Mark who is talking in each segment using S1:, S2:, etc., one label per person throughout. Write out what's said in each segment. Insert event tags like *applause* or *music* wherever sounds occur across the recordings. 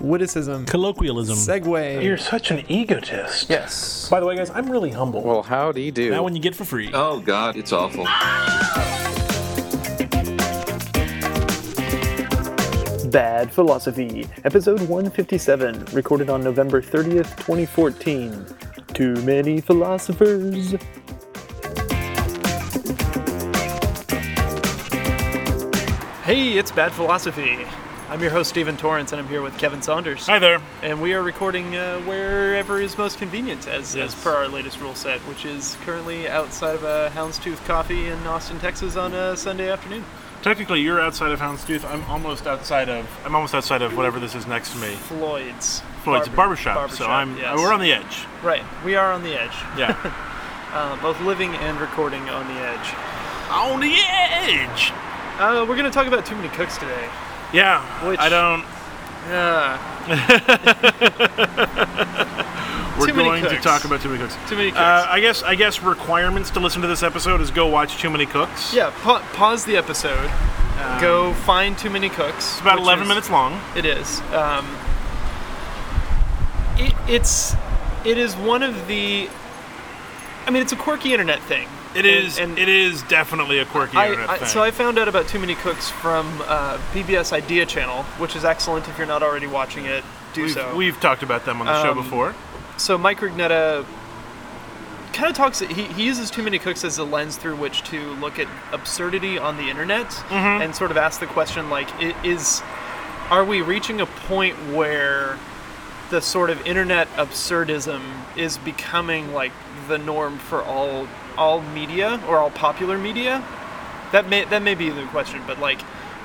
S1: witticism,
S2: Colloquialism.
S1: segue.
S3: You're such an egotist.
S1: Yes.
S3: By the way, guys, I'm really humble.
S4: Well, howdy do.
S2: That one you get for free.
S5: Oh God, it's awful.
S3: Bad Philosophy, episode 157, recorded on November 30th, 2014. Too many philosophers. Hey, it's Bad Philosophy. I'm your host, Stephen Torrance, and I'm here with Kevin Saunders.
S2: Hi there.
S3: And we are recording uh, wherever is most convenient, as,
S2: Yes.
S3: as per our latest rule set, which is currently outside of a Houndstooth Coffee in Austin, Texas on a Sunday afternoon.
S2: Technically, you're outside of Houndstooth. I'm almost outside of. I'm almost outside of whatever this is next to me.
S3: Floyd's.
S2: Floyd's
S3: Barber-
S2: barbershop, So
S3: barbershop,
S2: I'm.
S3: yes.
S2: We're on the edge.
S3: Right, we are on the edge,
S2: *laughs* Yeah.
S3: uh, both living and recording on the edge.
S2: on the edge.
S3: Uh, we're going to talk about too many cooks today.
S2: Yeah.
S3: Which-
S2: I don't.
S3: Uh,
S2: *laughs* We're
S3: Too Many
S2: going to
S3: Cooks.
S2: talk about too many cooks.
S3: too many cooks.
S2: Uh, I guess. I guess requirements to listen to this episode is go watch too many cooks.
S3: yeah, pa- pause the episode. go find too many cooks.
S2: Um, It's about 11 minutes long.
S3: It is. Um, it, it's. It is one of the. I mean, it's a quirky internet thing.
S2: It
S3: And-
S2: is.
S3: and-
S2: it is definitely a quirky internet
S3: I, I,
S2: thing.
S3: so I found out about Too Many Cooks from uh, PBS Idea Channel, which is excellent if you're not already watching it. Do
S2: we've,
S3: so.
S2: we've talked about them on the show
S3: Um,
S2: before.
S3: so Mike Rignetta kind of talks. He, he uses Too Many Cooks as a lens through which to look at absurdity on the internet
S2: Mm-hmm.
S3: and sort of ask the question like, i- is are we reaching a point where the sort of internet absurdism is becoming like the norm for all all media or all popular media? That may that may be the question, but like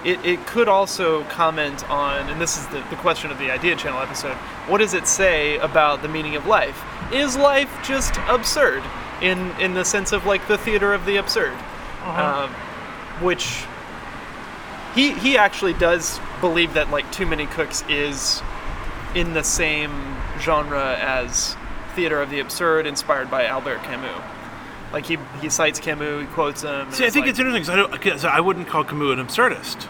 S3: it, it could also comment on and this is the, the question of the idea channel episode, what does it say about the meaning of life? Is life just absurd in in the sense of like the theater of the absurd?
S2: Uh-huh.
S3: Um, which he he actually does believe that like Too Many Cooks is in the same genre as Theater of the Absurd, inspired by Albert Camus. Like he he cites Camus, he quotes him. and
S2: See, I think
S3: like-
S2: it's interesting 'cause I don't- 'cause I, wouldn't call Camus an absurdist.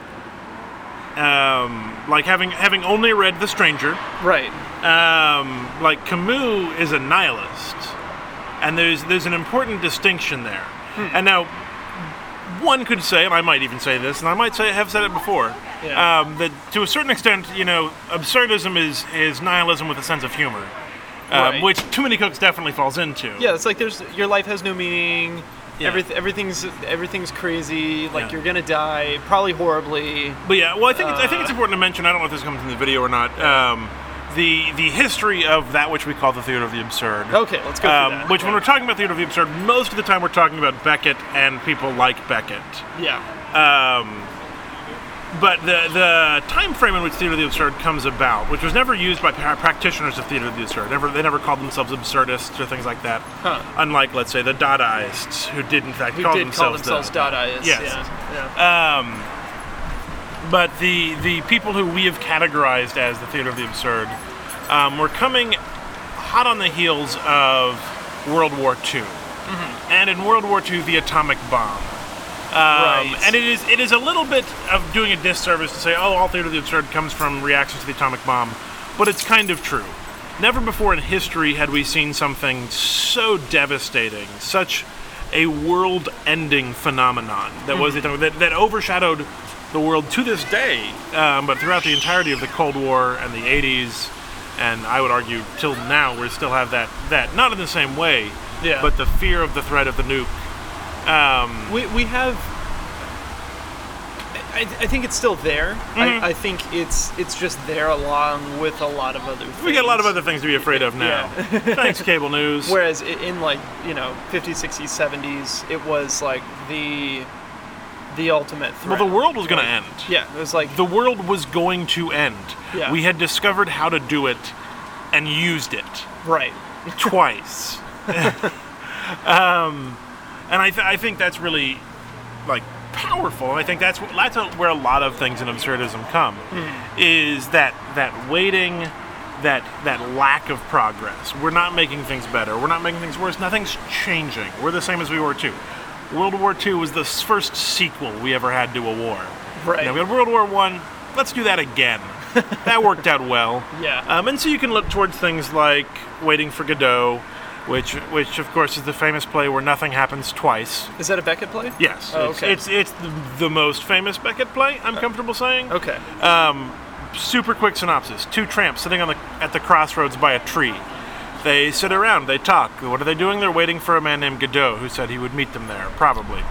S2: Um, like having having only read The Stranger,
S3: right.
S2: um, like Camus is a nihilist, and there's there's an important distinction there.
S3: Hmm.
S2: And now, one could say, and I might even say this, and I might say have said it before,
S3: Yeah.
S2: um, that to a certain extent, you know, absurdism is is nihilism with a sense of humor, um,
S3: Right.
S2: which Too Many Cooks definitely falls into.
S3: Yeah, it's like there's your life has no meaning.
S2: Yeah.
S3: Everyth- everything's everything's crazy. Like
S2: Yeah.
S3: you're gonna die, probably horribly.
S2: But yeah, well, I think it's, I think
S3: Uh,
S2: it's important to mention. I don't know if this comes in the video or not. Um, the the history of that which we call the theater of the absurd.
S3: Okay, let's go. through
S2: Um,
S3: that.
S2: which, when we're talking about theater of the absurd, most of the time we're talking about Beckett and people like Beckett.
S3: yeah,
S2: But the the time frame in which theater of the absurd comes about, which was never used by pra- practitioners of theater of the absurd, never they never called themselves absurdists or things like that.
S3: Huh.
S2: Unlike, let's say, the Dadaists, who did in fact
S3: who
S2: call,
S3: did call
S2: themselves
S3: themselves
S2: that.
S3: Dadaists?
S2: Yes.
S3: Yeah, yeah.
S2: Um, but the the people who we have categorized as the theater of the absurd um, were coming hot on the heels of World War II, and in World War II, the atomic bomb. Um,
S3: Right.
S2: And it is it is a little bit of doing a disservice to say, oh, all theater of the absurd comes from reactions to the atomic bomb, but it's kind of true. Never before in history had we seen something so devastating, such a world-ending phenomenon that was the atomic- that, that overshadowed the world to this day, um, but throughout the entirety of the Cold War and the '80s, and I would argue till now, we still have that that not in the same way,
S3: Yeah.
S2: but the fear of the threat of the nuke. Um,
S3: Uh, We, we have. I, I think it's still there.
S2: Mm-hmm.
S3: I, I think it's it's just there along with a lot of other. Things.
S2: We got a lot of other things to be afraid of now.
S3: *laughs*
S2: Thanks, cable news.
S3: Whereas i- in like you know 50s, 60s, 70s, it was like the the ultimate
S2: well,
S3: threat.
S2: the world was going to end.
S3: yeah, it was like
S2: The world was going to end.
S3: Yeah.
S2: We had discovered how to do it and used it
S3: right.
S2: twice. *laughs* um, and I, th- I think that's really like powerful. And I think that's wh- that's where a lot of things in absurdism come is that that waiting, that that lack of progress. We're not making things better. We're not making things worse. Nothing's changing. We're the same as we were too. World War II was the s- first sequel we ever had to a war.
S3: Right. *laughs*
S2: Now we had World War One. Let's do that again. that worked out well.
S3: Yeah.
S2: Um, and so you can look towards things like Waiting for Godot, which, which of course is the famous play where nothing happens twice.
S3: Is that a Beckett play?
S2: Yes,
S3: Oh,
S2: it's,
S3: okay. Uh,
S2: it's it's the, the most famous Beckett play. I'm comfortable saying.
S3: Okay.
S2: Super quick synopsis: Two tramps sitting on the at the crossroads by a tree. They sit around. They talk. What are they doing? They're waiting for a man named Godot, who said he would meet them there, probably.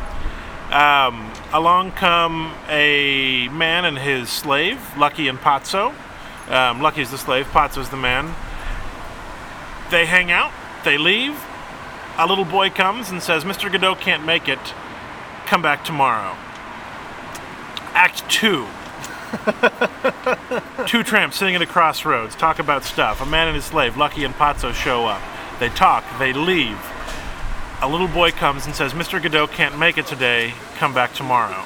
S2: Um, along come a man and his slave, Lucky and Pazzo. Um, Lucky's the slave. Pazzo's the man. They hang out. They leave. A little boy comes and says, "Mr. Godot can't make it. Come back tomorrow." Act two. Two tramps sitting at a crossroads talk about stuff. A man and his slave, Lucky and Pazzo, show up. They talk, they leave. A little boy comes and says, Mr. Godot can't make it today, come back tomorrow.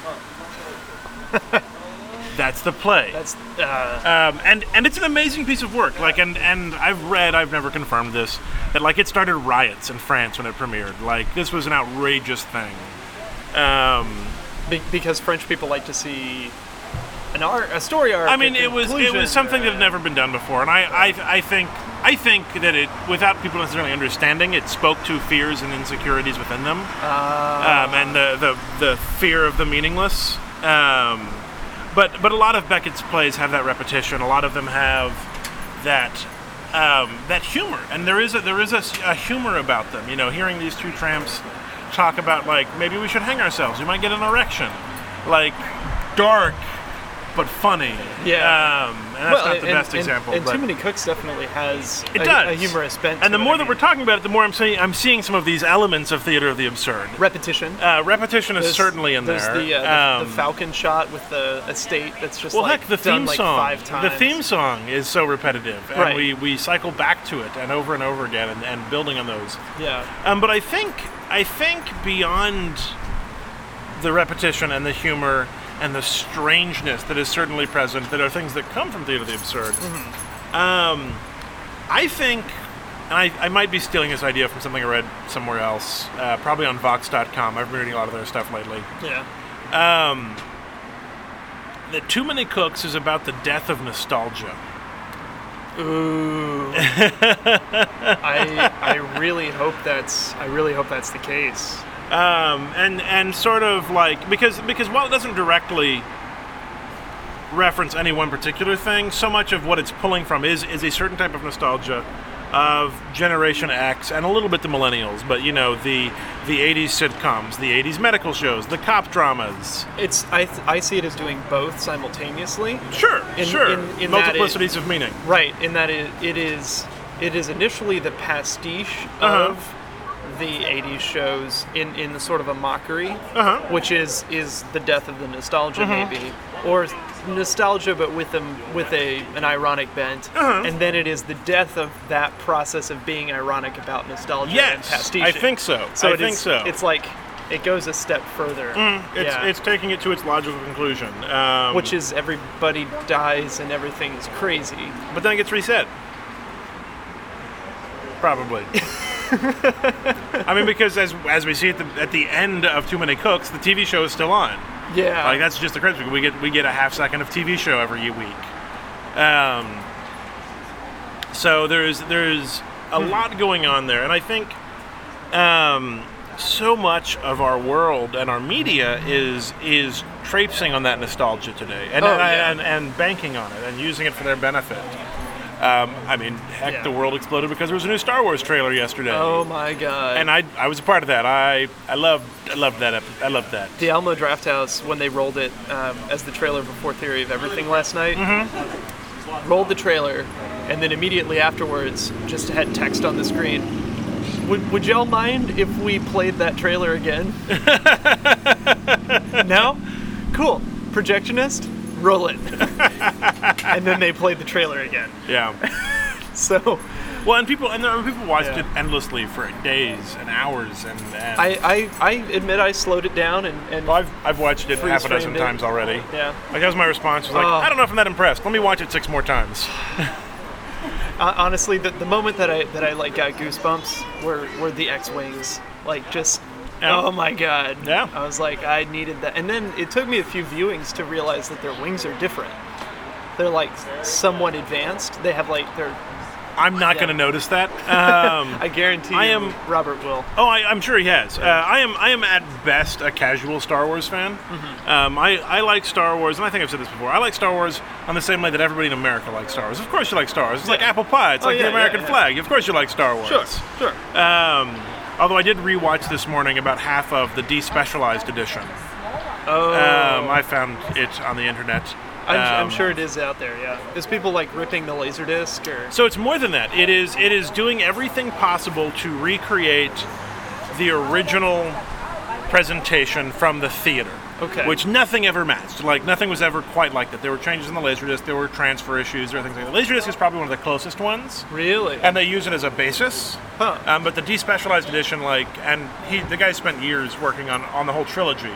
S2: That's the play.
S3: That's uh,
S2: Um, and, and it's an amazing piece of work. Like, and, and I've read, I've never confirmed this, that like it started riots in France when it premiered. Like, this was an outrageous thing.
S3: be- because French people like to see an art, a story arc.
S2: I
S3: a
S2: mean, it was it
S3: conclusion,
S2: was something that
S3: uh,
S2: had never been done before, and I, I I think I think that it, without people necessarily understanding, it spoke to fears and insecurities within them,
S3: Ah.
S2: um, and the, the the fear of the meaningless. Um, but but a lot of Beckett's plays have that repetition. A lot of them have that um, that humor, and there is a, there is a, s- a humor about them. You know, hearing these two tramps talk about like maybe we should hang ourselves. We might get an erection, like dark but funny.
S3: Yeah.
S2: um, and that's
S3: well,
S2: not the
S3: and-
S2: best
S3: and-
S2: example.
S3: And
S2: but
S3: Too Many Cooks definitely has
S2: it
S3: a,
S2: does
S3: a humorous bent.
S2: And
S3: to it,
S2: the more
S3: I
S2: that
S3: mean.
S2: we're talking about it, the more I'm seeing I'm seeing some of these elements of theater of the absurd.
S3: repetition.
S2: Uh, repetition is
S3: There's-
S2: certainly in
S3: there's
S2: there.
S3: The, uh, the-
S2: Um,
S3: the Falcon shot with the estate that's just
S2: Well,
S3: like
S2: heck, the
S3: done
S2: theme
S3: like
S2: song.
S3: five times.
S2: The theme song is so repetitive, and
S3: Right.
S2: we, we cycle back to it and over and over again, and, and building on those.
S3: Yeah,
S2: Um, but I think I think beyond the repetition and the humor and the strangeness that is certainly present, that are things that come from theater of the absurd. Um,
S3: Mm-hmm.
S2: I think, and I, I might be stealing this idea from something I read somewhere else, uh, probably on Vox.com. I've been reading a lot of their stuff lately *laughs*
S3: yeah,
S2: that Too Many Cooks is about the death of nostalgia.
S3: I I really hope that's I really hope that's the case.
S2: Um, and and sort of like because because while it doesn't directly reference any one particular thing, so much of what it's pulling from is is a certain type of nostalgia of Generation X and a little bit the Millennials, but you know the the 80s sitcoms, the 80s medical shows, the cop dramas.
S3: It's I th- I see it as doing both simultaneously.
S2: Sure,
S3: In-
S2: sure,
S3: in- in that it-
S2: multiplicities of meaning.
S3: Right, in that it, it is it is initially the pastiche
S2: Uh-huh.
S3: of the 80s shows in, in the sort of a mockery,
S2: Uh-huh.
S3: which is is the death of the nostalgia maybe, or nostalgia but with a, with a an ironic bent,
S2: Uh-huh.
S3: and then it is the death of that process of being ironic about nostalgia and
S2: Yes,
S3: pastiche.
S2: I think so.
S3: So
S2: I
S3: it
S2: think
S3: is-
S2: so. Mm,
S3: It's like it goes a step further.
S2: it's,
S3: yeah.
S2: it's taking it to its logical conclusion, um,
S3: which is everybody dies and everything is crazy.
S2: But then it gets reset. Probably. I mean, because as as we see at the at the end of Too Many Cooks, the TV show is still on.
S3: Yeah.
S2: Like that's just the credits. We get we get a half second of TV show every week. Um. So there's there's a
S3: Hmm.
S2: lot going on there, and I think um, so much of our world and our media is is traipsing on that nostalgia today, and
S3: Oh,
S2: and,
S3: yeah.
S2: and, and banking on it and using it for their benefit. Um, I mean, heck,
S3: Yeah.
S2: the world exploded because there was a new Star Wars trailer yesterday,
S3: Oh my god.
S2: and I, I was a part of that. I I loved I loved that ep- I loved that.
S3: the Alamo Drafthouse, when they rolled it um, as the trailer before Theory of Everything last night, rolled the trailer, and then immediately afterwards just had text on the screen. Would, would y'all mind if we played that trailer again? no? Cool. Projectionist, roll it. and then they played the trailer again.
S2: Yeah.
S3: So
S2: Well, and people and there, people watched
S3: Yeah.
S2: it endlessly for days and hours, and, and
S3: I, I, I admit I slowed it down and, and
S2: well, I've I've watched it half a dozen
S3: Freeze-framed it.
S2: times already.
S3: yeah.
S2: Like that was my response. Was like,
S3: Oh.
S2: I don't know if I'm that impressed. Let me watch it six more times.
S3: Uh, honestly, the, the moment that I that I like got goosebumps were were the X wings. Like just,
S2: Yeah.
S3: oh my god.
S2: Yeah.
S3: I was like, I needed that, and then it took me a few viewings to realize that their wings are different. they're like somewhat advanced. They have like they're.
S2: I'm not
S3: Yeah.
S2: going to notice that. Um,
S3: I guarantee.
S2: I
S3: you
S2: am-
S3: Robert will.
S2: oh, I, I'm sure he has. Uh, I am. I am at best a casual Star Wars fan.
S3: Mm-hmm.
S2: Um, I, I like Star Wars, and I think I've said this before. I like Star Wars on the same way that everybody in America likes Star Wars. Of course, you like Star Wars. It's like
S3: Yeah.
S2: apple pie. It's
S3: Oh,
S2: like
S3: yeah,
S2: the
S3: yeah,
S2: American
S3: yeah.
S2: flag. Of course, you like Star Wars.
S3: sure.
S2: Um, although I did rewatch this morning about half of the despecialized edition.
S3: Oh,
S2: Um, I found it on the internet.
S3: I'm, I'm
S2: Um,
S3: sure it is out there. Yeah, there's people like ripping the laser disc or.
S2: So it's more than that. It is it is doing everything possible to recreate the original presentation from the theater.
S3: Okay.
S2: Which nothing ever matched. Like nothing was ever quite like that. There were changes in the laserdisc. There were transfer issues or things like that. Laserdisc is probably one of the closest ones,
S3: Really?
S2: and they use it as a basis.
S3: Huh.
S2: Um, but the despecialized edition, like, and he the guy spent years working on on the whole trilogy.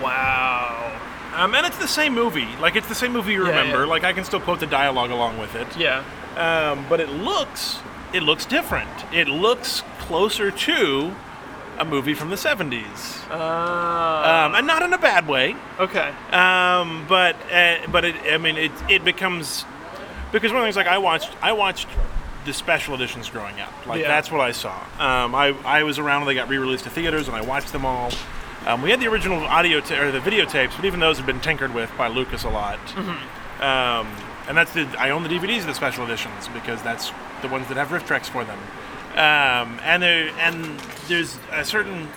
S3: Wow.
S2: Um, and it's the same movie. Like it's the same movie you
S3: Yeah,
S2: remember.
S3: yeah.
S2: Like I can still quote the dialogue along with it.
S3: Yeah.
S2: um, but it looks it looks different. It looks closer to a movie from the 70s,
S3: Uh-huh. Uh,
S2: um, and not in a bad way.
S3: okay.
S2: Um, but uh, but it, I mean it it becomes because one of the things like I watched I watched the special editions growing up. Like
S3: Yeah.
S2: that's what I saw. Um, I I was around when they got re-released to theaters, and I watched them all. Um, we had the original audio ta- or the videotapes, but even those have been tinkered with by Lucas a lot. Um, and that's the I own the DVDs of the special editions because that's the ones that have riff tracks for them. Um, and there and there's a certain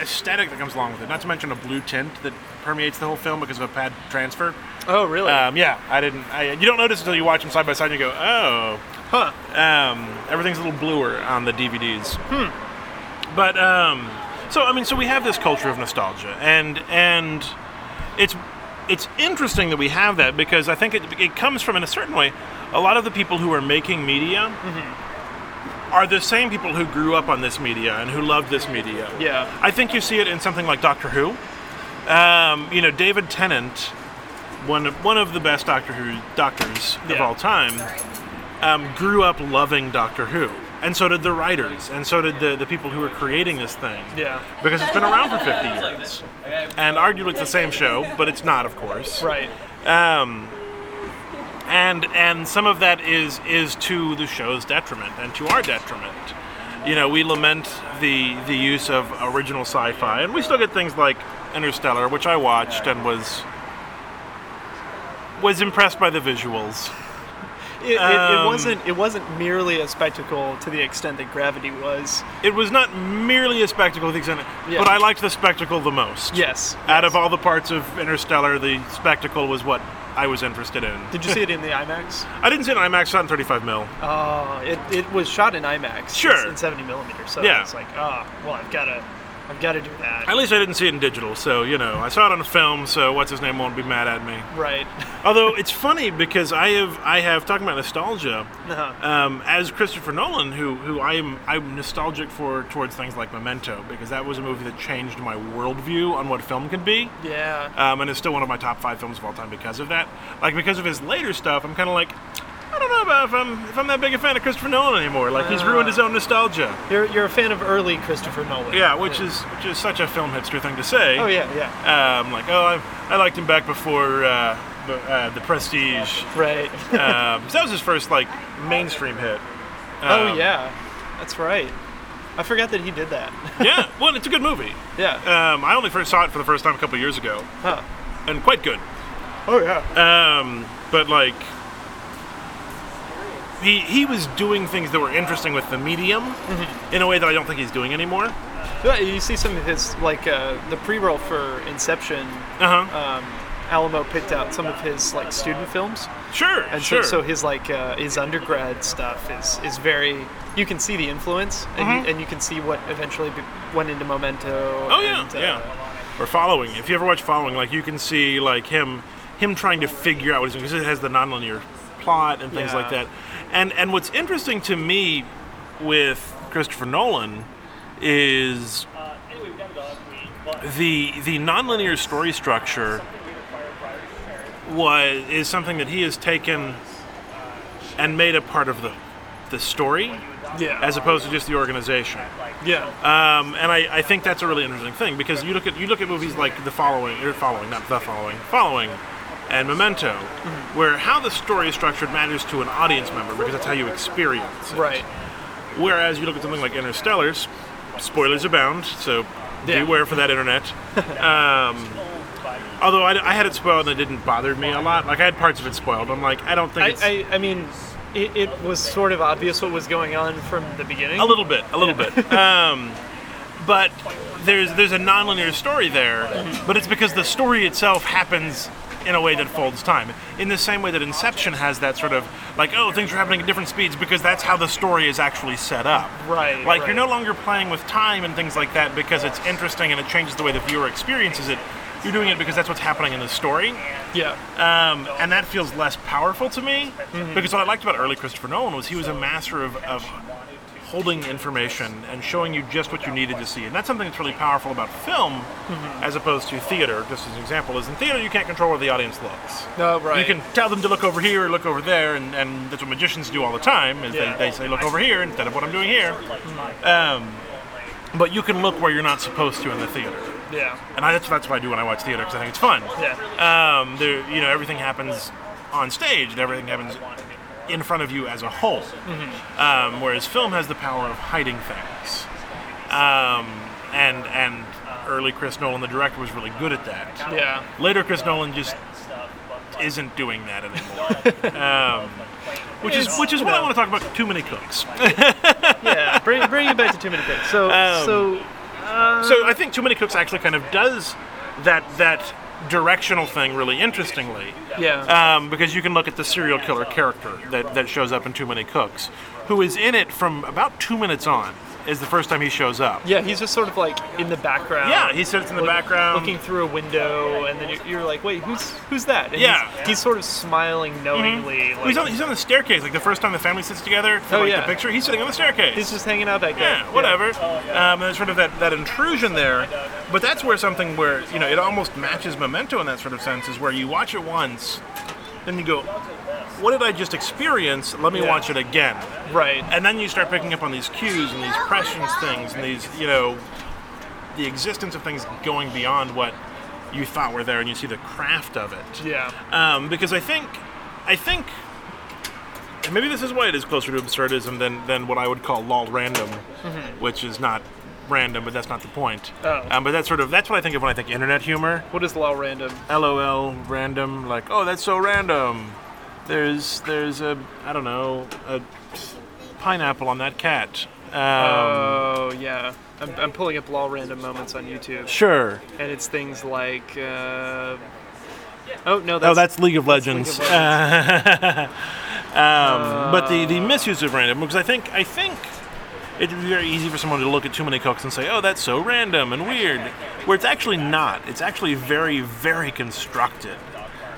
S2: aesthetic that comes along with it. Not to mention a blue tint that permeates the whole film because of a pad transfer.
S3: Oh, really?
S2: Um, yeah, I didn't. I, you don't notice until you watch them side by side. and You go, oh,
S3: huh.
S2: um, everything's a little bluer on the DVDs. Hmm. But um, so I mean, so we have this culture of nostalgia, and and it's it's interesting that we have that because I think it, it comes from in a certain way. A lot of the people who are making media are the same people who grew up on this media and who loved this media.
S3: Yeah.
S2: I think you see it in something like Doctor Who. Um, you know, David Tennant, one of, one of the best Doctor Who doctors of
S3: Yeah.
S2: all time um, grew up loving Doctor Who, and so did the writers, and so did the, the people who were creating this thing.
S3: Yeah.
S2: Because it's been around for 50 years. And arguably it's the same show, but it's not, of course.
S3: Right.
S2: Um, and and some of that is is to the show's detriment and to our detriment. You know, we lament the the use of original sci-fi, and we still get things like Interstellar, which I watched and was was impressed by the visuals.
S3: It, it, it
S2: Um,
S3: wasn't. It wasn't merely a spectacle to the extent that gravity was.
S2: it was not merely a spectacle, to the extent-
S3: Yeah.
S2: but I liked the spectacle the most.
S3: Yes.
S2: Out of all the parts of Interstellar, the spectacle was what I was interested in.
S3: Did you see it in the IMAX?
S2: I didn't see an IMAX shot in 35 mil.
S3: Oh, it, it was shot in IMAX.
S2: Sure.
S3: It's in 70 millimeters. So
S2: Yeah.
S3: it's like, ah, well, I've gotta, I've gotta do that.
S2: At least I didn't see it in digital, so you know I saw it on a film. So what's his name won't be mad at me.
S3: *laughs* right.
S2: Although it's funny because I have I have talking about nostalgia.
S3: Uh-huh.
S2: Um, as Christopher Nolan, who who I am I'm nostalgic for towards things like Memento because that was a movie that changed my worldview on what film can be.
S3: yeah.
S2: um, and it's still one of my top five films of all time because of that. Like because of his later stuff, I'm kind of like, I don't know about if I'm if I'm that big a fan of Christopher Nolan anymore. Like
S3: Uh-huh.
S2: he's ruined his own nostalgia.
S3: You're, you're a fan of early Christopher Nolan.
S2: Yeah, which is which is such a film hipster thing to say.
S3: Oh yeah, yeah.
S2: Um, like oh, I, I liked him back before uh, b- uh, the Prestige.
S3: Right. *laughs*
S2: Um, 'cause that was his first like mainstream hit.
S3: oh
S2: Um,
S3: yeah. That's right. I forgot that he did that. *laughs*
S2: yeah. *laughs* Well, it's a good movie.
S3: yeah.
S2: Um, I only first saw it for the first time a couple years ago,
S3: Huh.
S2: and quite good.
S3: Oh yeah.
S2: Um, but like, he he was doing things that were interesting with the medium
S3: Mm-hmm.
S2: in a way that I don't think he's doing anymore. Uh
S3: you see some of his like uh, the pre-roll for Inception.
S2: huh.
S3: Um, Alamo picked out some of his like student films.
S2: sure.
S3: and
S2: sure.
S3: so, so his like uh, his undergrad stuff is is very you can see the influence and, you, and you can see what eventually be- went into memento
S2: Mm-hmm. oh yeah,
S3: and, uh,
S2: yeah. Or following. If you ever watch Following, like you can see like him him trying to figure out what he's doing because it has the nonlinear plot and things
S3: Yeah.
S2: like that. And and what's interesting to me with Christopher Nolan is
S3: Uh,
S2: the the nonlinear story structure was is something that he has taken and made a part of the the story
S3: yeah
S2: as opposed to just the organization.
S3: yeah
S2: Um, and I, I think er, that's a really interesting thing because you look at you look at movies like the following or following not the following following and Memento,
S3: Mm-hmm.
S2: where how the story is structured matters to an audience member because that's how you experience it.
S3: Right.
S2: Whereas you look at something like Interstellar's, spoilers abound, so
S3: Yeah.
S2: beware for that
S3: *laughs*
S2: internet. um, although I, I had it spoiled and it didn't bother me a lot. Like I had parts of it spoiled. I'm like, I don't think it's
S3: I, I, I mean, it, it was sort of obvious what was going on from the beginning.
S2: a little bit, a
S3: *laughs*
S2: little bit. Um, but there's there's a nonlinear story there, but it's because the story itself happens in a way that folds time. In the same way that Inception has that sort of like, oh, things are happening at different speeds because that's how the story is actually set up.
S3: Right,
S2: Like you're
S3: right.
S2: no longer playing with time and things like that because it's interesting and it changes the way the viewer experiences it. You're doing it because that's what's happening in the story.
S3: Yeah.
S2: Um, and that feels less powerful to me because what I liked about early Christopher Nolan was he was a master of, of holding information and showing you just what you needed to see. And that's something that's really powerful about film as opposed to theater, just as an example, is in theater you can't control where the audience looks.
S3: Oh, right.
S2: You can tell them to look over here or look over there, and, and that's what magicians do all the time, is
S3: Yeah.
S2: they, they say, look over here instead of what I'm doing here. Um, but you can look where you're not supposed to in the theater.
S3: Yeah.
S2: And I, that's, that's what I do when I watch theater, because I think it's fun
S3: Yeah.
S2: um, there, you know, everything happens on stage and everything happens in front of you as a whole.
S3: Mm-hmm.
S2: Um, whereas film has the power of hiding things. Um, and and early Chris Nolan, the director, was really good at that.
S3: Yeah.
S2: Later, Chris Nolan just isn't doing that anymore.
S3: *laughs*
S2: um, which is which is what I want to talk about. Too many cooks.
S3: yeah, bring, bring it back to two minute things. So,
S2: Um,
S3: so
S2: So I think Too Many Cooks actually kind of does that that directional thing really interestingly.
S3: yeah,
S2: um, because you can look at the serial killer character that, that shows up in Too Many Cooks, who is in it from about two minutes on, is the first time he shows up.
S3: yeah. He's just sort of like in the background.
S2: Yeah, he sits in the
S3: look-
S2: background.
S3: looking through a window, and then you're, you're like, wait, who's who's that? And
S2: Yeah. Mm-hmm.
S3: he's, he's sort of smiling knowingly. Like,
S2: He's on, he's on the staircase, like the first time the family sits together for
S3: Oh,
S2: like,
S3: yeah.
S2: the picture, he's sitting on the staircase.
S3: he's just hanging out back there.
S2: yeah, whatever. Um, and there's sort of that, that intrusion there, but that's where something where, you know, it almost matches Memento in that sort of sense, is where you watch it once, then you go, what did I just experience? Let me
S3: Yeah.
S2: watch it again.
S3: Right.
S2: and then you start picking up on these cues and these prescience things and these you know the existence of things going beyond what you thought were there and you see the craft of it
S3: Yeah.
S2: um, because i think i think and maybe this is why it is closer to absurdism than than what i would call lol random which is not random but that's not the point
S3: Mm-hmm. Oh.
S2: um, but that's sort of that's what i think of when i think internet humor
S3: What is law random?
S2: LOL random like oh that's so random. There's there's a I don't know a pineapple on that cat. Um,
S3: Oh yeah, I'm, I'm pulling up law random moments on YouTube,
S2: sure.
S3: and it's things like. Uh, Oh no! That's,
S2: Oh, that's League of Legends.
S3: League of Legends.
S2: *laughs* Um, but the, the misuse of random because I think I think it'd be very easy for someone to look at too many cooks and say oh that's so random and weird, where it's actually not. It's actually very very constructed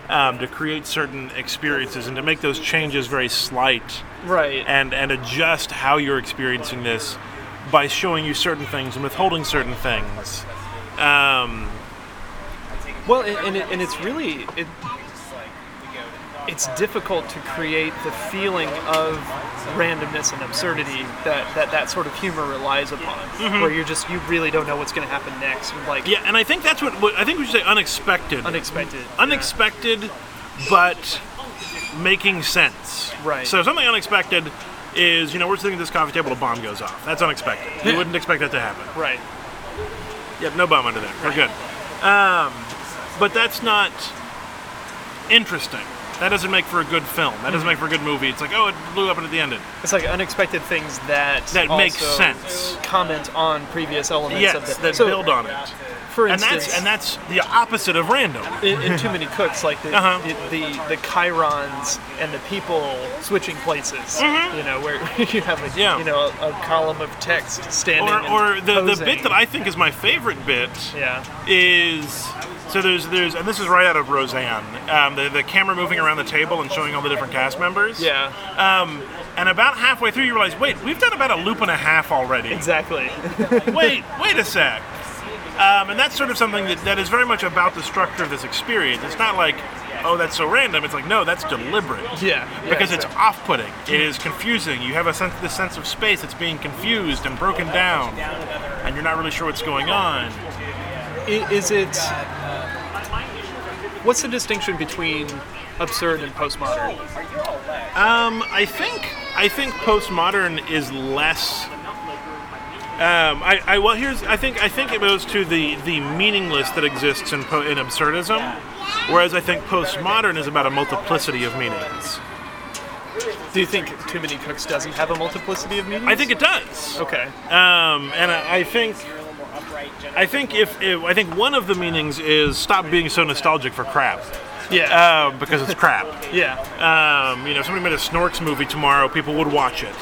S2: um, to create certain experiences and to make those changes very slight.
S3: right.
S2: and and adjust how you're experiencing this by showing you certain things and withholding certain things. Um,
S3: Well, and, and, it, and it's really it, it's difficult to create the feeling of randomness and absurdity that that, that sort of humor relies upon, where you're just you really don't know what's going to happen next, and like
S2: Mm-hmm. yeah, and I think that's what, what I think we should say unexpected,
S3: unexpected,
S2: unexpected, but making sense.
S3: Right.
S2: So something unexpected is you know we're sitting at this coffee table, a bomb goes off. That's unexpected. You wouldn't expect that to happen.
S3: Yeah. right?
S2: Yep, no bomb under there. We're good. Um, but that's not interesting. That doesn't make for a good film. That
S3: Mm-hmm.
S2: doesn't make for a good movie. It's like, oh, it blew up and at the end. It
S3: It's like unexpected things that
S2: That make
S3: also
S2: sense.
S3: comment on previous elements of
S2: Yes,
S3: the
S2: that
S3: so,
S2: build on it.
S3: For
S2: And
S3: instance,
S2: that's and that's the opposite of random.
S3: in, in Too Many Cooks, like the,
S2: Uh-huh.
S3: the, the the chirons and the people switching places. You know, where *laughs* you have a
S2: Mm-hmm. Yeah.
S3: you know a, a column of text standing.
S2: Or
S3: and
S2: or the, the
S3: posing.
S2: bit that I think is my favorite bit
S3: yeah
S2: is so there's there's and this is right out of Roseanne. Um, the the camera moving around the table and showing all the different cast members.
S3: yeah
S2: Um, and about halfway through, you realize, wait, we've done about a loop and a half already.
S3: exactly *laughs*
S2: *laughs* wait, wait a sec. Um, and that's sort of something that, that is very much about the structure of this experience. It's not like, oh, that's so random. It's like, no, that's deliberate.
S3: yeah, yeah,
S2: because it's
S3: exactly.
S2: off-putting. It is confusing. You have a sense, this sense of space that's being confused and broken down, and you're not really sure what's going on.
S3: I- is it What's the distinction between absurd and postmodern?
S2: Um, I think I think postmodern is less. Um, I, I well here's I think I think it goes to the the meaningless that exists in po- in absurdism, whereas I think postmodern is about a multiplicity of meanings.
S3: Do you think Too Many Cooks doesn't have a multiplicity of meanings?
S2: I think it does.
S3: Okay.
S2: Um, and I, I think I think if, if I think one of the meanings is stop being so nostalgic for crap
S3: Yeah.
S2: um, because it's crap.
S3: yeah.
S2: Um, you know, if somebody made a Snorks movie tomorrow, people would watch it,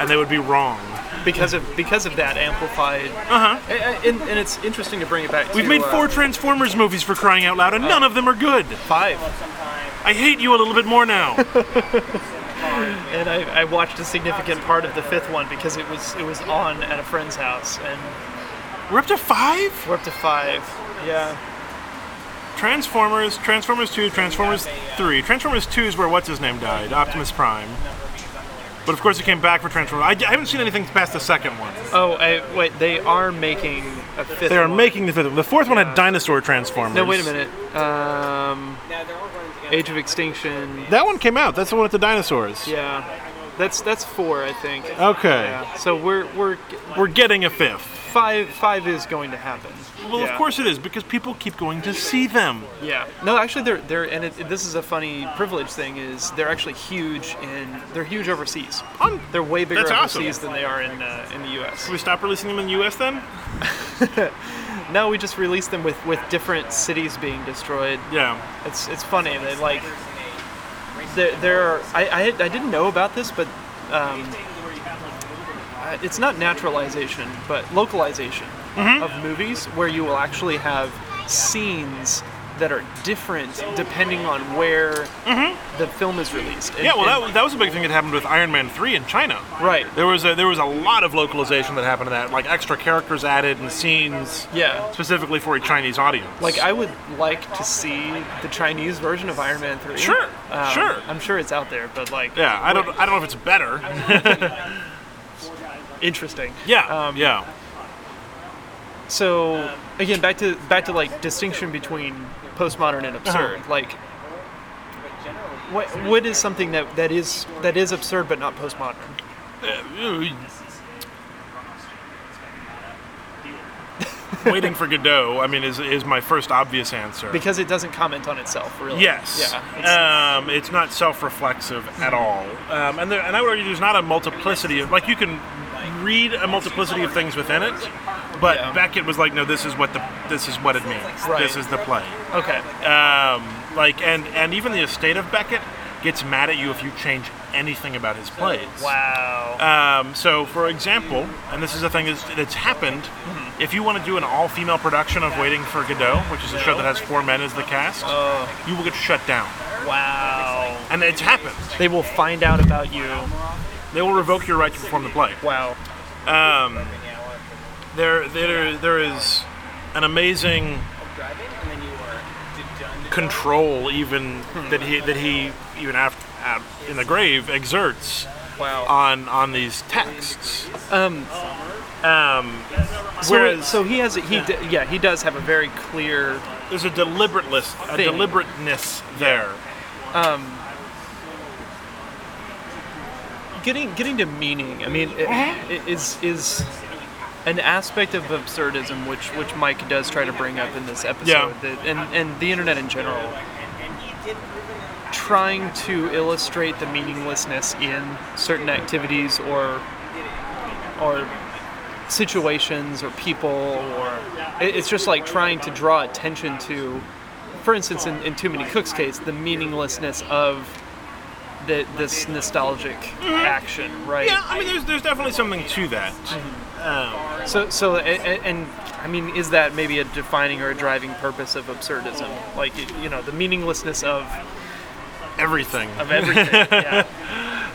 S2: and they would be wrong.
S3: Because of because of that amplified.
S2: Uh huh.
S3: A- a- And, and it's interesting to bring it back.
S2: We've
S3: to,
S2: made
S3: uh,
S2: four Transformers movies for crying out loud, and none of them are good.
S3: five,
S2: I hate you a little bit more now.
S3: and I, I watched a significant part of the fifth one because it was it was on at a friend's house, and
S2: We're up to five
S3: we're up to five. Yeah.
S2: Transformers, Transformers Two, Transformers Three. Transformers Two is where what's his name died, Optimus Prime. But of course, he came back for Transformers. I, d- I haven't seen anything past the second one.
S3: Oh, I, wait. They are making a fifth.
S2: They are
S3: one.
S2: making the fifth one. The fourth one had dinosaur Transformers.
S3: No, wait a minute. Um, Age of Extinction.
S2: That one came out. That's the one with the dinosaurs.
S3: Yeah. That's that's four, I think.
S2: Okay.
S3: Yeah. So we're we're
S2: We're getting a fifth.
S3: five five is going to happen.
S2: Well,
S3: Yeah.
S2: of course it is because people keep going to see them.
S3: Yeah. No, actually, they're they're and it, this is a funny privilege thing is they're actually huge in they're huge overseas.
S2: Um,
S3: They're way bigger
S2: That's awesome.
S3: overseas than they are in uh, in the U.S.
S2: Should we stop releasing them in the U.S. then?
S3: No, we just release them with with different cities being destroyed.
S2: Yeah.
S3: It's it's funny. They like there there are. I I, had, I didn't know about this, but um, uh, it's not naturalization, but localization
S2: Mm-hmm.
S3: of movies where you will actually have scenes that are different depending on where the film is released. And-
S2: Mm-hmm. Yeah. Well, that,
S3: and-
S2: was- that was a big thing that happened with Iron Man three in China.
S3: right.
S2: There was a, there was a lot of localization that happened to that, like extra characters added and scenes
S3: Yeah.
S2: specifically for a Chinese audience.
S3: Like I would like to see the Chinese version of Iron Man three.
S2: Sure,
S3: Um,
S2: sure.
S3: I'm sure it's out there, but like
S2: yeah, I don't I don't know if it's better.
S3: interesting.
S2: Yeah. Um, yeah.
S3: So again, back to back to like distinction between postmodern and
S2: Uh-huh.
S3: absurd. Like, what what is something that that is that is absurd but not postmodern?
S2: Waiting for Godot. I mean, is is my first obvious answer.
S3: Because it doesn't comment on itself, really.
S2: Yes.
S3: Yeah. It's-
S2: It's, um, it's not self-reflexive at all, um, and there, and I would argue there's not a multiplicity of like you can read a multiplicity of things within it, but
S3: Yeah.
S2: Beckett was like, no, this is what the this is what it means.
S3: Right.
S2: This is the play.
S3: okay.
S2: Um, like and and even the estate of Beckett gets mad at you if you change anything about his plays.
S3: Wow.
S2: Um, so, for example, and this is a thing that's, that's happened, if you want to do an all-female production of Waiting for Godot, which is a show that has four men as the cast,
S3: Oh.
S2: you will get shut down.
S3: wow.
S2: And it's happened.
S3: They will find out about you.
S2: They will revoke your right to perform the play.
S3: Wow.
S2: There, there, there is an amazing control, even that he that he even after uh, in the grave exerts
S3: Wow.
S2: on on these texts.
S3: Um.
S2: Um,
S3: So,
S2: whereas
S3: so he has a, he d- yeah he does have a very clear
S2: there's a deliberateness, a
S3: Thing.
S2: deliberateness there.
S3: getting getting to meaning i mean it,
S2: Uh-huh.
S3: it is is an aspect of absurdism which which mike does try to bring up in this episode
S2: Yeah.
S3: that, and and the internet in general trying to illustrate the meaninglessness in certain activities or or situations or people or it- it's just like trying to draw attention to for instance in, in too many cooks case the meaninglessness of the, this nostalgic action right
S2: Yeah, I mean, there's there's definitely something to that.
S3: so so a- a- and i mean is that maybe a defining or a driving purpose of absurdism like it- you know the meaninglessness of
S2: Everything. *laughs*
S3: of everything yeah.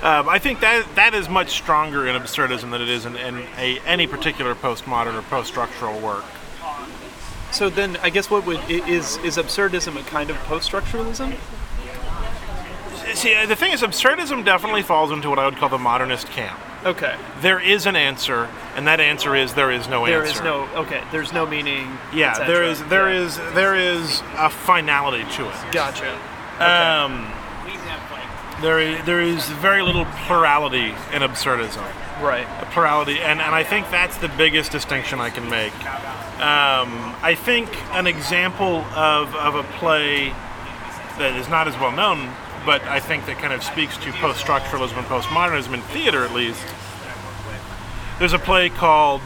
S2: Um, I think that that is much stronger in absurdism than it is in, in a, any particular postmodern or post-structural work.
S3: so then i guess what would i- is is absurdism a kind of post-structuralism
S2: See, uh, the thing is, absurdism definitely falls into what I would call the modernist camp.
S3: Okay.
S2: There is an answer, and that answer is there is no
S3: There
S2: answer.
S3: is no okay. There's no meaning.
S2: Yeah,
S3: etc.
S2: there is there
S3: Yeah.
S2: is there is a finality to it.
S3: Gotcha.
S2: Um, there is, there is very little plurality in absurdism.
S3: Right.
S2: Plurality, and, and I think that's the biggest distinction I can make. Um, I think an example of, of a play that is not as well known, but I think that kind of speaks to post structuralism and postmodernism in theater at least. There's a play called.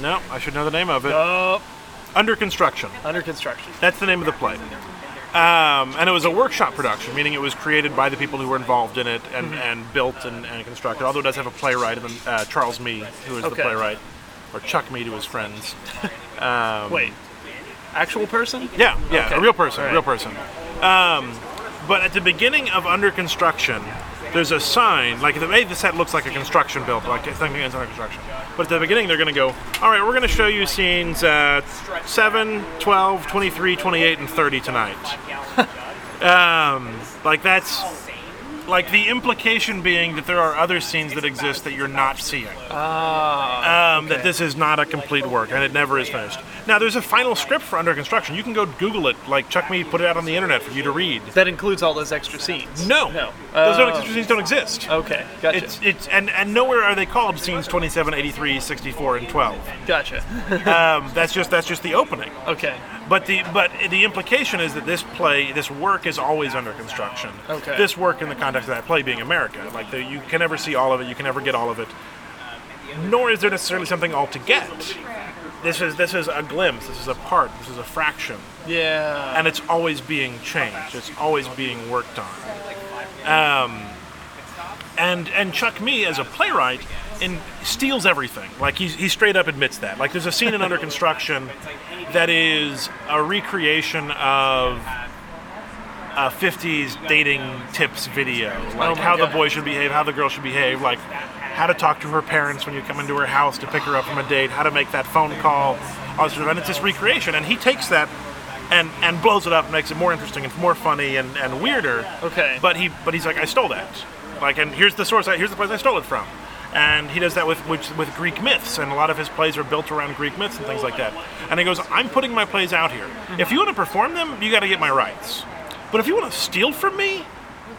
S2: No, I should know the name of it.
S3: Uh,
S2: Under Construction.
S3: under construction.
S2: That's the name of the play. Um, and it was a workshop production, meaning it was created by the people who were involved in it and, and built and, and constructed. Although it does have a playwright, and then, uh, Charles Meade, who is
S3: Okay.
S2: the playwright, or Chuck Meade, who was friends.
S3: Wait. Actual person?
S2: Yeah, yeah,
S3: Okay.
S2: a real person,
S3: All
S2: real person. Um, but at the beginning of Under Construction, there's a sign, like, the hey, the set looks like a construction build, like it's something that's under construction. But at the beginning, they're going to go, all right, we're going to show you scenes uh, 7, 12, 23, 28, and 30 tonight. *laughs* Um, Like that's like the implication being that there are other scenes that exist that you're not seeing. um, That this is not a complete work and it never is finished. Now there's a final script for Under Construction. You can go Google it. Like Chuck Meade put it out on the internet for you to read.
S3: That includes all those extra scenes.
S2: No,
S3: No.
S2: those
S3: Oh.
S2: don't exist, scenes don't exist.
S3: Okay. Gotcha.
S2: It's it's and, and nowhere are they called scenes 27, 83, 64, and 12.
S3: gotcha.
S2: Um, that's just that's just the opening.
S3: okay.
S2: But the but the implication is that this play, this work, is always under construction.
S3: Okay.
S2: This work in the context of that play being America, like the, you can never see all of it, you can never get all of it. Nor is there necessarily something all to get. This is this is a glimpse. This is a part. This is a fraction,
S3: Yeah.
S2: and it's always being changed. It's always being worked on. Um, and and Chuck Me as a playwright. And steals everything. Like he, he straight up admits that. Like there's a scene in Under Construction that is a recreation of a 50s dating tips video like
S3: Oh my
S2: how the
S3: God.
S2: boy should behave how the girl should behave like how to talk to her parents when you come into her house to pick her up from a date how to make that phone call all this sort of, and it's this recreation and he takes that and and blows it up makes it more interesting and more funny and, and weirder
S3: Okay.
S2: but he but he's like i stole that like and here's the source I, here's the place i stole it from and he does that with which, with greek myths and a lot of his plays are built around greek myths and things like that and he goes i'm putting my plays out here
S3: Mm-hmm.
S2: if you want to perform them you got to get my rights but if you want to steal from me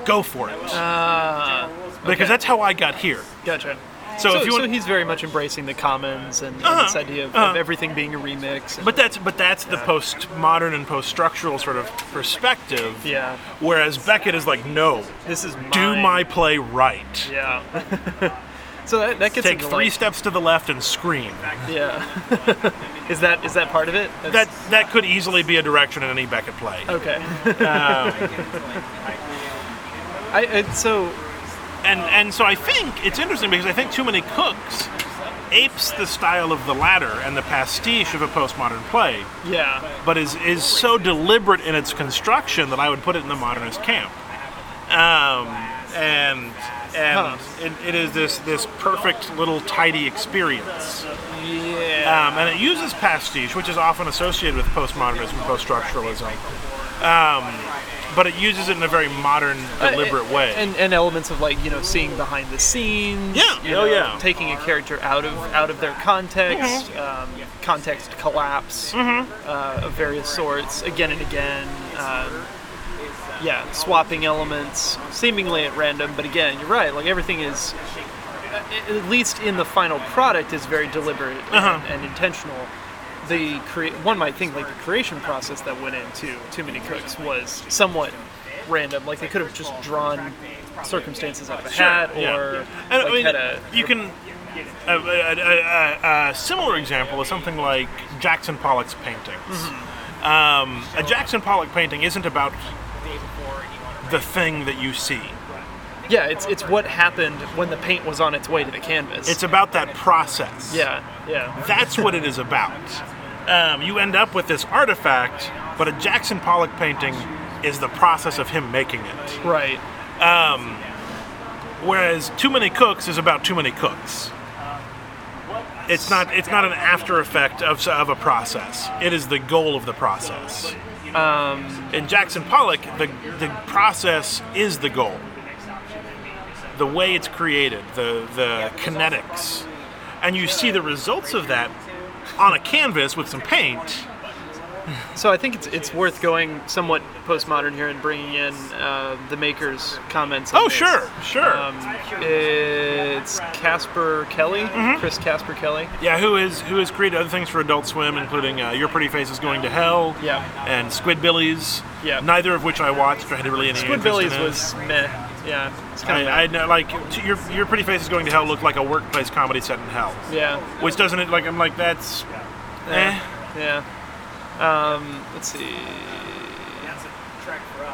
S2: go for it
S3: Uh,
S2: because that's how i got here
S3: Gotcha.
S2: So if you want-
S3: he's very much embracing the commons and, and
S2: Uh-huh,
S3: this idea of, of
S2: uh-huh.
S3: everything being a remix. and-
S2: But that's but that's the postmodern and post-structural sort of perspective.
S3: yeah,
S2: Whereas Beckett is like, no,
S3: this is mine.
S2: do my play right.
S3: *laughs* yeah. so that, that gets
S2: Take
S3: into,
S2: three
S3: like-
S2: steps to the left and scream.
S3: Yeah. *laughs* is that is that part of it?
S2: That
S3: That's-
S2: that could easily be a direction in any Beckett play.
S3: *laughs* okay. Um, I it, so
S2: And and so I think it's interesting because I think too many cooks apes the style of the latter and the pastiche of a postmodern play,
S3: yeah
S2: but is is so deliberate in its construction that I would put it in the modernist camp. Um, and and it, it is this this perfect little tidy experience.
S3: yeah
S2: Um, and it uses pastiche, which is often associated with postmodernism and post-structuralism. Um, but it uses it in a very modern, deliberate way.
S3: and and elements of like you know seeing behind the scenes.
S2: Yeah.
S3: you
S2: Oh,
S3: know,
S2: yeah.
S3: Taking a character out of out of their context. Um, context collapse
S2: Mm-hmm.
S3: uh, of various sorts again and again. Um, yeah, swapping elements seemingly at random, but again, you're right. Like everything is, a- at least in the final product, is very deliberate and,
S2: Uh-huh.
S3: and intentional. The crea- one might think like the creation process that went into Too Many Cooks was somewhat random. Like they could have just drawn circumstances out of a hat, or
S2: yeah.
S3: like,
S2: And, I mean,
S3: had a
S2: you can. A, a, a, a, a similar example is something like Jackson Pollock's paintings.
S3: Mm-hmm.
S2: Um, a Jackson Pollock painting isn't about the thing that you see.
S3: yeah. It's it's what happened when the paint was on its way to the canvas.
S2: It's about that process.
S3: yeah, yeah,
S2: That's what it is about. Um, you end up with this artifact, but a Jackson Pollock painting is the process of him making it.
S3: right.
S2: Whereas Too Many Cooks is about too many cooks. It's not. It's not an after effect of, s- of a process. It is the goal of the process. Um, In Jackson Pollock, the the process is the goal. the way it's created, the the kinetics, and you see the results of that on a canvas with some paint.
S3: So I think it's it's worth going somewhat postmodern here and bringing in uh, the maker's comments. on
S2: Oh,
S3: this.
S2: sure, sure.
S3: Um, it's Casper Kelly,
S2: Mm-hmm.
S3: Chris Casper Kelly.
S2: Yeah, who is who has created other things for Adult Swim, including uh, Your Pretty Face is Going to Hell,
S3: Yeah.
S2: and Squidbillies.
S3: Yeah.
S2: Neither of which I watched or had really any. interest
S3: Squidbillies
S2: in.
S3: was meh. Yeah, it's kind
S2: I,
S3: of
S2: I know, like t- your your pretty face is going to hell looked like a workplace comedy set in hell,
S3: yeah,
S2: which doesn't it like I'm like that's eh.
S3: yeah. Um, let's see.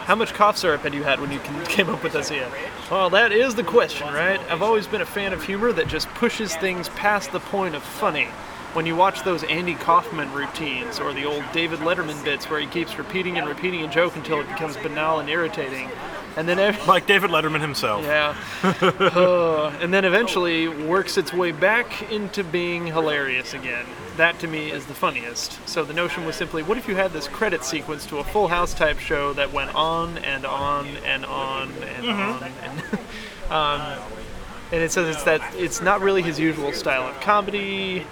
S3: How much cough syrup had you had when you can- *laughs* came up with this idea? Well, that is the question, right? I've always been a fan of humor that just pushes things past the point of funny. When you watch those Andy Kaufman routines or the old David Letterman bits where he keeps repeating and repeating a joke until it becomes banal and irritating, and then every,
S2: like David Letterman himself.
S3: Yeah. Uh, and then eventually works its way back into being hilarious again. That to me is the funniest. So the notion was simply what if you had this credit sequence to a full house type show that went on and on and on and on and *laughs* um, and it says it's that it's not really his usual style of comedy.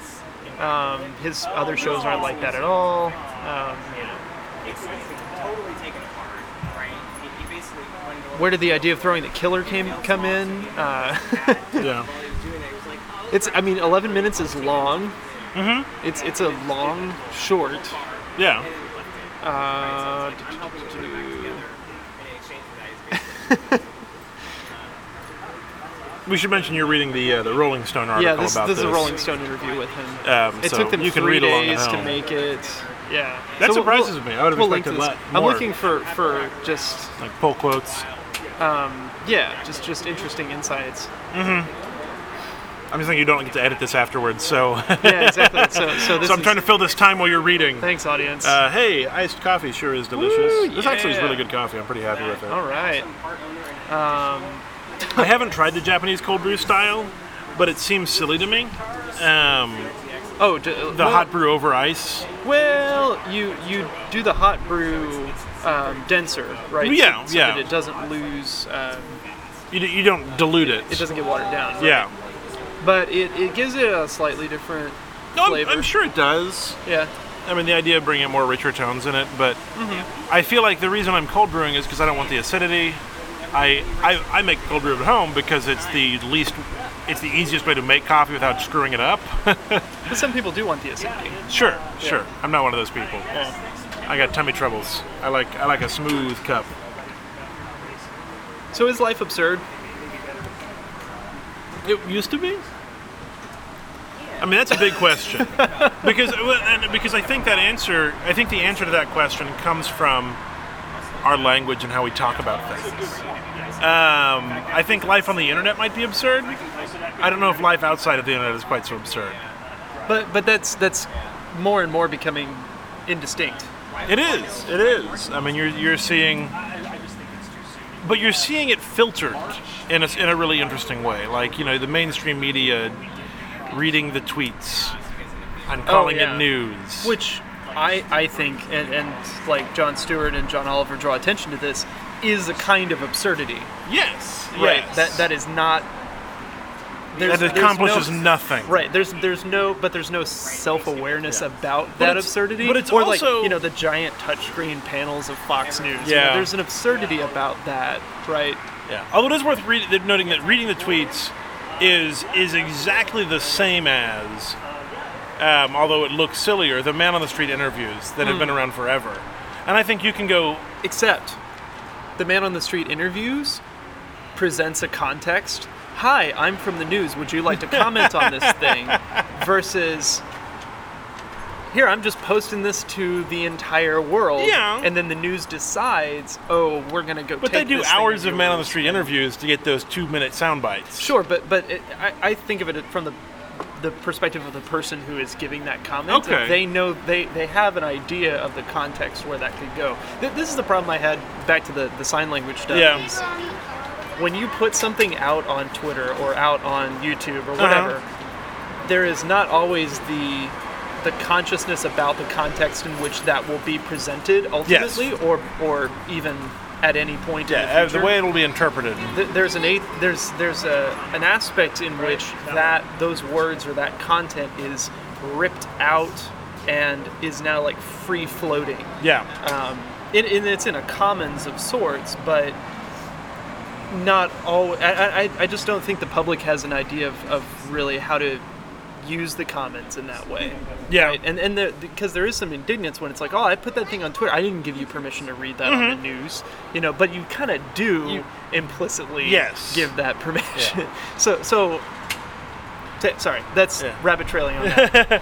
S3: Um, his other shows aren't like that at all. Um, where did the idea of throwing the killer came come in? Uh,
S2: Yeah.
S3: It's I mean, 11 minutes is long. Mm-hmm. It's it's a long short.
S2: Yeah.
S3: Uh,
S2: We should mention you're reading the uh, the Rolling Stone article
S3: yeah, this,
S2: about
S3: this is a Rolling Stone interview with him.
S2: Um,
S3: it
S2: so
S3: took them
S2: you can
S3: three
S2: read along at
S3: days to
S2: home.
S3: make it. Yeah,
S2: That
S3: we'll-
S2: surprises
S3: we'll-
S2: me. I would've
S3: we'll link
S2: expected
S3: to
S2: a
S3: this.
S2: lot
S3: I'm
S2: more.
S3: looking for for just
S2: like pull quotes.
S3: yeah, just just interesting insights.
S2: I'm just thinking you don't get to edit this afterwards, so *laughs*
S3: Yeah, exactly. So so this
S2: so I'm
S3: is,
S2: trying to fill this time while you're reading.
S3: thanks audience.
S2: Uh, hey, iced coffee sure is delicious.
S3: Woo,
S2: this actually is
S3: yeah.
S2: really good coffee. I'm pretty happy with it.
S3: All right.
S2: I haven't tried the Japanese cold brew style, but it seems silly to me. Um,
S3: Oh, d-
S2: the hot brew over ice.
S3: Well, you you do the hot brew um, denser, right?
S2: Yeah,
S3: so, so
S2: yeah.
S3: That it doesn't lose, um,
S2: You, d- you don't dilute it.
S3: it doesn't get watered down.
S2: Yeah.
S3: But it, it gives it a slightly different
S2: No, I'm,
S3: flavor.
S2: I'm sure it does.
S3: Yeah.
S2: I mean, the idea of bringing more richer tones in it, but
S3: Mm-hmm.
S2: I feel like the reason I'm cold brewing is because I don't want the acidity. I, I I make cold brew at home because it's the least, it's the easiest way to make coffee without screwing it up. *laughs*
S3: But some people do want the acidity.
S2: Sure, sure. I'm not one of those people. I got tummy troubles. I like I like a smooth cup.
S3: So is life absurd?
S2: It used to be. I mean, that's a big question *laughs* because well, and because I think that answer, I think the answer to that question comes from our language and how we talk about things. Um, I think life on the internet might be absurd. I don't know if life outside of the internet is quite so absurd.
S3: But but that's that's more and more becoming indistinct.
S2: It is. It is. I mean, you're you're seeing, but you're seeing it filtered in a, in a really interesting way. Like you know, the mainstream media reading the tweets and calling
S3: Oh, yeah.
S2: it news.
S3: Which I I think and, and like John Stewart and John Oliver draw attention to this is a kind of absurdity.
S2: yes,
S3: Right. That that is not there's-
S2: that
S3: there's
S2: accomplishes
S3: no-
S2: nothing.
S3: Right. There's there's no but there's no self awareness about that
S2: it's-
S3: absurdity.
S2: but it's
S3: or
S2: also-
S3: like you know the giant touchscreen panels of Fox News. You know,
S2: Yeah.
S3: there's an absurdity about that, right?
S2: Yeah. Although it is worth read- noting that reading the tweets is is exactly the same as, um, although it looks sillier, the man on the street interviews that
S3: Hmm.
S2: have been around forever. And I think you can go
S3: Except the man on the street interviews presents a context. Hi, I'm from the news. Would you like to comment on
S2: *laughs*
S3: this thing? Versus here, I'm just posting this to the entire world.
S2: Yeah.
S3: And then the news decides, oh, we're gonna go.
S2: But they
S3: take
S2: do
S3: this thing
S2: hours of
S3: yours.
S2: man on the street interviews to get those two minute sound bites.
S3: Sure, but but it, I, I think of it from the the perspective of the person who is giving that comment.
S2: Okay.
S3: If They know they they have an idea of the context where that could go. Th- this is the problem I had back to the the sign language stuff.
S2: Yeah.
S3: is When you put something out on Twitter or out on YouTube or whatever,
S2: Uh-huh.
S3: there is not always the the consciousness about the context in which that will be presented ultimately or or even at any point. in the
S2: Yeah, uh,
S3: future.
S2: the way it'll be interpreted.
S3: Th- there's an eight there's there's a an aspect in which that those words or that content is ripped out and is now like free floating
S2: Yeah,
S3: um, it, and it's in a commons of sorts but not all I, I, I just don't think the public has an idea of, of really how to use the commons in that way
S2: yeah.
S3: Right, and and the, because there is some indignance when it's like, oh, I put that thing on Twitter. I didn't give you permission to read that on the news, you know. But you kind of do
S2: Mm-hmm. You-
S3: implicitly
S2: Yes.
S3: give that permission. *laughs* So so. t- sorry, that's
S2: Yeah.
S3: rabbit trailing
S2: *laughs*
S3: on that.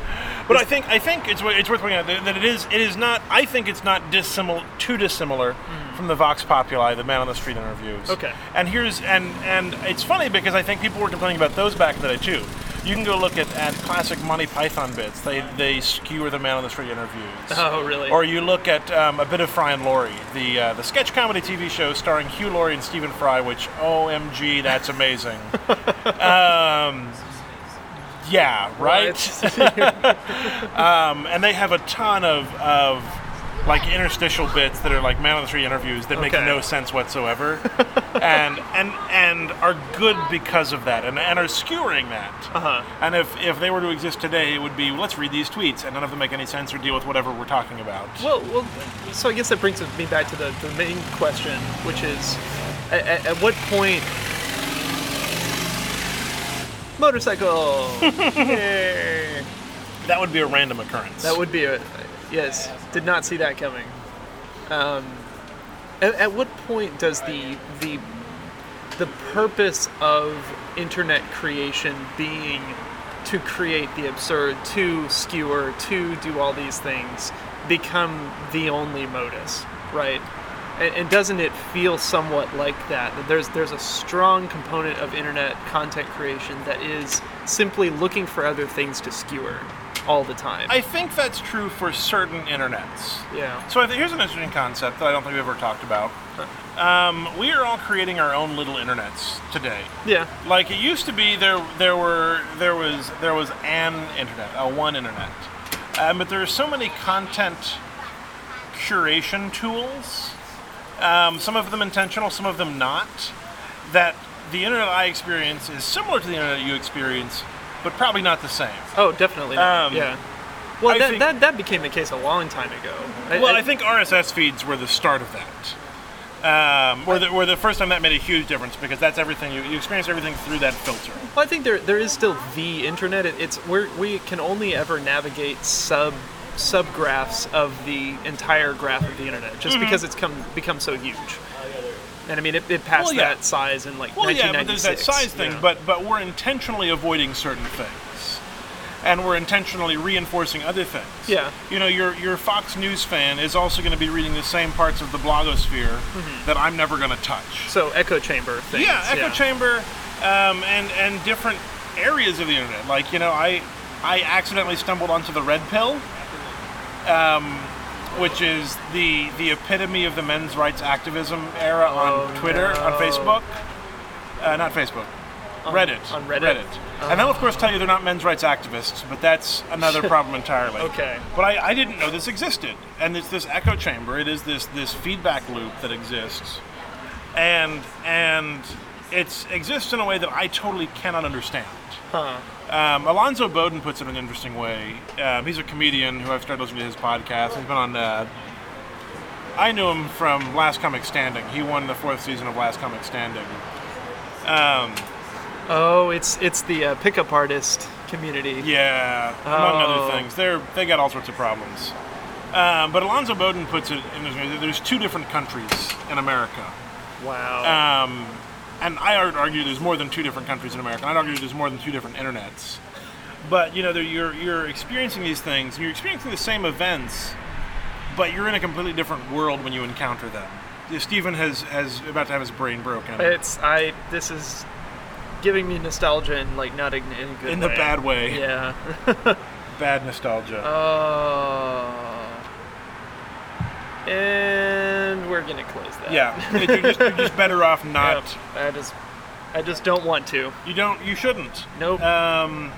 S2: But I think I think it's wo- it's worth pointing out that, that it is it is not. I think it's not dissimilar too dissimilar from the Vox Populi, the man on the street interviews.
S3: Hmm. Okay.
S2: And here's and and it's funny because I think people were complaining about those back in the day too. You can go look at, at classic Monty Python bits. They they skewer the man on the street interviews.
S3: *laughs* Oh, really?
S2: Or you look at um, a bit of Fry and Laurie, the uh, the sketch comedy TV show starring Hugh Laurie and Stephen Fry, which OMG,
S3: *laughs*
S2: that's amazing. um, yeah,
S3: Uh,
S2: right. Um, and they have a ton of, of like interstitial bits that are like man on the street interviews that make
S3: Okay.
S2: no sense *laughs* whatsoever, and and and are good because of that, and, and are skewering that.
S3: Uh-huh.
S2: And if if they were to exist today, it would be let's read these tweets, and none of them make any sense or deal with whatever we're talking about.
S3: *laughs* well, well, so I guess that brings me back to the, the main question, which is, at, at, at what point?
S2: *laughs*
S3: Motorcycle. Yay.
S2: that would be a random occurrence.
S3: That would be a yes. Did not see that coming. Um, at, at what point does the the the purpose of internet creation being to create the absurd, to skewer, to do all these things become the only modus, right? And, and doesn't it feel somewhat like that? That there's there's a strong component of internet content creation that is simply looking for other things to skewer all the time.
S2: I think that's true for certain internets.
S3: Yeah.
S2: So I think here's an interesting concept that I don't think we've ever talked about. Um, we are all creating our own little internets today.
S3: Yeah.
S2: Like it used to be, there there were there was there was an internet, a one internet, um, but there are so many content curation tools. Um, some of them intentional, some of them not. That the internet I experience is similar to the internet you experience, but probably not the same.
S3: Oh, definitely. not.
S2: Um,
S3: yeah. Well,
S2: I
S3: that,
S2: think-
S3: that that became the case a long time ago.
S2: Well, I think RSS feeds were the start of that. Um, were, the, were the first time that made a huge difference because that's everything you, you experience everything through that filter.
S3: Well, I think there there is still the internet. It, it's we're, we can only ever navigate sub subgraphs of the entire graph of the internet, just
S2: Mm-hmm.
S3: because it's come become so huge. And I mean, it, it passed
S2: Well, yeah.
S3: that size in like
S2: Well, yeah, but there's
S3: 1996.
S2: that size thing,
S3: yeah.
S2: but but we're intentionally avoiding certain things, and we're intentionally reinforcing other things.
S3: Yeah.
S2: you know, your your Fox News fan is also going to be reading the same parts of the blogosphere
S3: Mm-hmm.
S2: that I'm never going to touch.
S3: so echo chamber things.
S2: yeah, echo chamber, um, and and different areas of the internet. Like you know, I I accidentally stumbled onto the red pill, um, which is the the epitome of the men's rights activism era on
S3: Oh,
S2: Twitter, on
S3: no.
S2: Facebook, uh, not Facebook. Reddit.
S3: on Reddit? Uh-huh.
S2: And they'll, of course, tell you they're not men's rights activists, but that's
S3: *laughs*
S2: another problem entirely.
S3: Okay.
S2: But I, I didn't know this existed. And it's this echo chamber, it is this, this feedback loop that exists and and it exists in a way that I totally cannot understand. Um, Alonzo Bowden puts it in an interesting way. Um, he's a comedian who I've started listening to his podcast. He's been on. Uh, I knew him from Last Comic Standing. He won the fourth season of Last Comic Standing.
S3: Oh, it's it's the uh, pickup artist community.
S2: Yeah, among
S3: Oh.
S2: other things, they're they got all sorts of problems. Um, but Alonzo Bowden puts it in this way. There's two different countries in America.
S3: Wow.
S2: Um, and I would argue there's more than two different countries in America. And I'd argue there's more than two different internets. But you know, they're- you're you're experiencing these things, and you're experiencing the same events, but you're in a completely different world when you encounter them. Yeah, Stephen has has about to have his brain broken
S3: It's I. This is giving me nostalgia in like not in, in a good
S2: in the
S3: way.
S2: bad way,
S3: Yeah. *laughs* Uh,
S2: bad nostalgia.
S3: Oh. And we're gonna close that.
S2: yeah, you're just, you're just better
S3: *laughs*
S2: off
S3: Yep.
S2: not.
S3: I just, I just don't want to.
S2: You don't. You shouldn't.
S3: Nope.
S2: Um,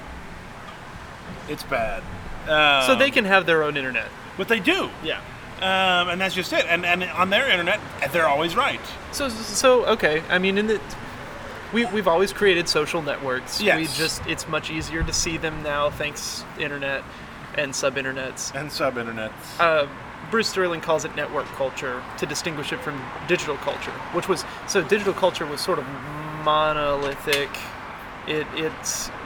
S2: it's bad. Um,
S3: so they can have their own internet.
S2: But they do.
S3: Yeah.
S2: Um, and that's just it. And, and on their internet, they're always right.
S3: So, so okay. I mean, in the we we've always created social networks.
S2: Yes.
S3: We just it's much easier to see them now thanks internet and sub-internets.
S2: And sub internet.
S3: Uh, Bruce Sterling calls it network culture to distinguish it from digital culture, which was so digital culture was sort of monolithic. It it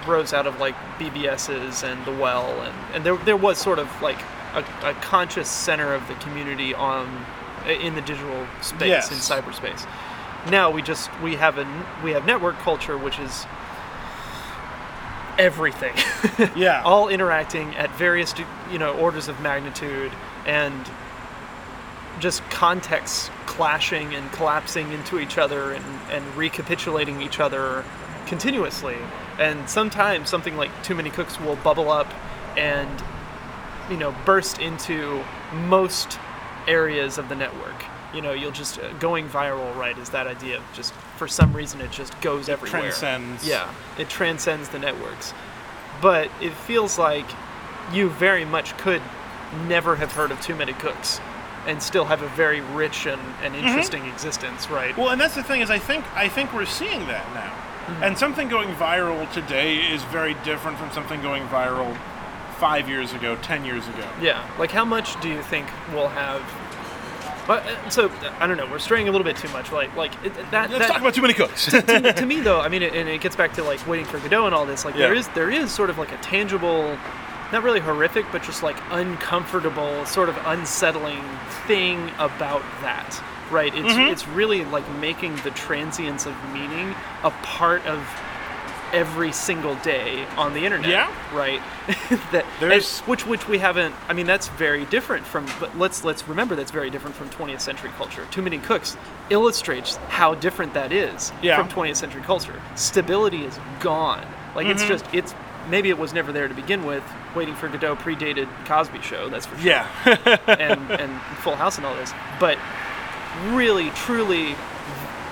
S3: rose out of like BBSs and the well, and, and there there was sort of like a, a conscious center of the community on in the digital space
S2: Yes.
S3: in cyberspace. Now we just we have a n- we have network culture, which is everything. *laughs*
S2: yeah.
S3: all interacting at various you know orders of magnitude and just contexts clashing and collapsing into each other and, and recapitulating each other continuously and sometimes something like too many cooks will bubble up and you know burst into most areas of the network you know you'll just uh, going viral right is that idea of just for some reason it just goes everywhere
S2: transcends.
S3: yeah it transcends the networks but it feels like you very much could never have heard of too many cooks and still have a very rich and, and interesting existence right
S2: Mm-hmm. Well, and that's the thing is, I think I think we're seeing that now.
S3: Mm-hmm.
S2: And something going viral today is very different from something going viral five years ago, ten years ago.
S3: yeah like how much do you think we'll have but uh, so i don't know we're straying a little bit too much like like it, that,
S2: Let's
S3: that
S2: talk about too
S3: *laughs*
S2: many cooks.
S3: to, to me though i mean it, and it gets back to like waiting for godot and all this like there
S2: Yeah.
S3: is there is sort of like a tangible not really horrific but just like uncomfortable sort of unsettling thing about that right it's
S2: Mm-hmm.
S3: it's really like making the transience of meaning a part of every single day on the internet
S2: Yeah.
S3: right *laughs* that
S2: There's-
S3: and- which which we haven't i mean that's very different from but let's let's remember that's very different from 20th century culture too many cooks illustrates how different that is
S2: Yeah.
S3: from 20th century culture stability is gone like it's just it's maybe it was never there to begin with waiting for godot predated cosby show that's for sure *laughs*
S2: yeah.
S3: and, and full house and all this but really truly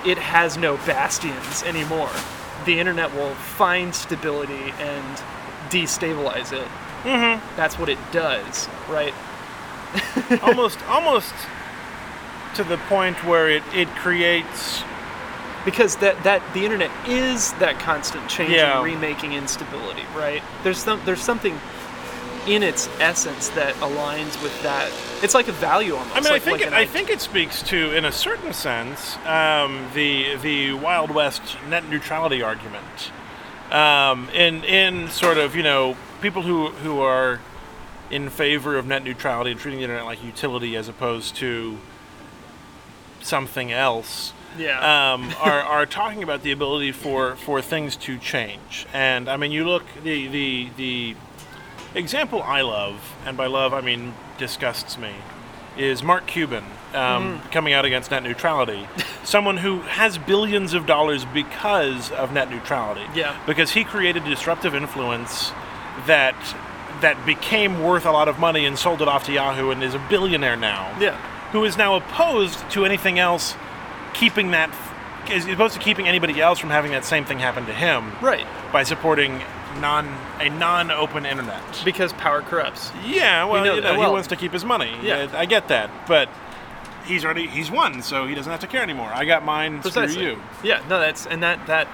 S3: it has no bastions anymore the internet will find stability and destabilize it mm-hmm. that's what it does right
S2: almost almost to the point where it, it creates
S3: because that that the internet is that constant change
S2: Yeah.
S3: and remaking instability, right? There's some there's something in its essence that aligns with that. It's like a value almost.
S2: I mean, I
S3: like-
S2: think
S3: like
S2: it,
S3: an
S2: I
S3: idea.
S2: think it speaks to, in a certain sense, um, the the Wild West net neutrality argument. Um, in in sort of you know people who who are in favor of net neutrality and treating the internet like utility as opposed to something else
S3: yeah, *laughs*
S2: um, are, are talking about the ability for, for things to change. And I mean, you look the the the example I love, and by love I mean disgusts me, is Mark Cuban um,
S3: Mm.
S2: coming out against
S3: *laughs*
S2: net neutrality. Someone who has billions of dollars because of net neutrality.
S3: Yeah.
S2: Because he created a disruptive influence that that became worth a lot of money and sold it off to Yahoo and is a billionaire now
S3: yeah,
S2: who is now opposed to anything else keeping that is opposed to keeping anybody else from having that same thing happen to him
S3: right.
S2: by supporting non a non-open internet.
S3: Because power corrupts.
S2: Yeah, well,
S3: know
S2: you
S3: that.
S2: know,
S3: Well-
S2: he wants to keep his money.
S3: Yeah.
S2: I, I get that, but he's already he's won, so he doesn't have to care anymore. I got mine.
S3: Precisely.
S2: Screw you.
S3: Yeah, no, that's and that that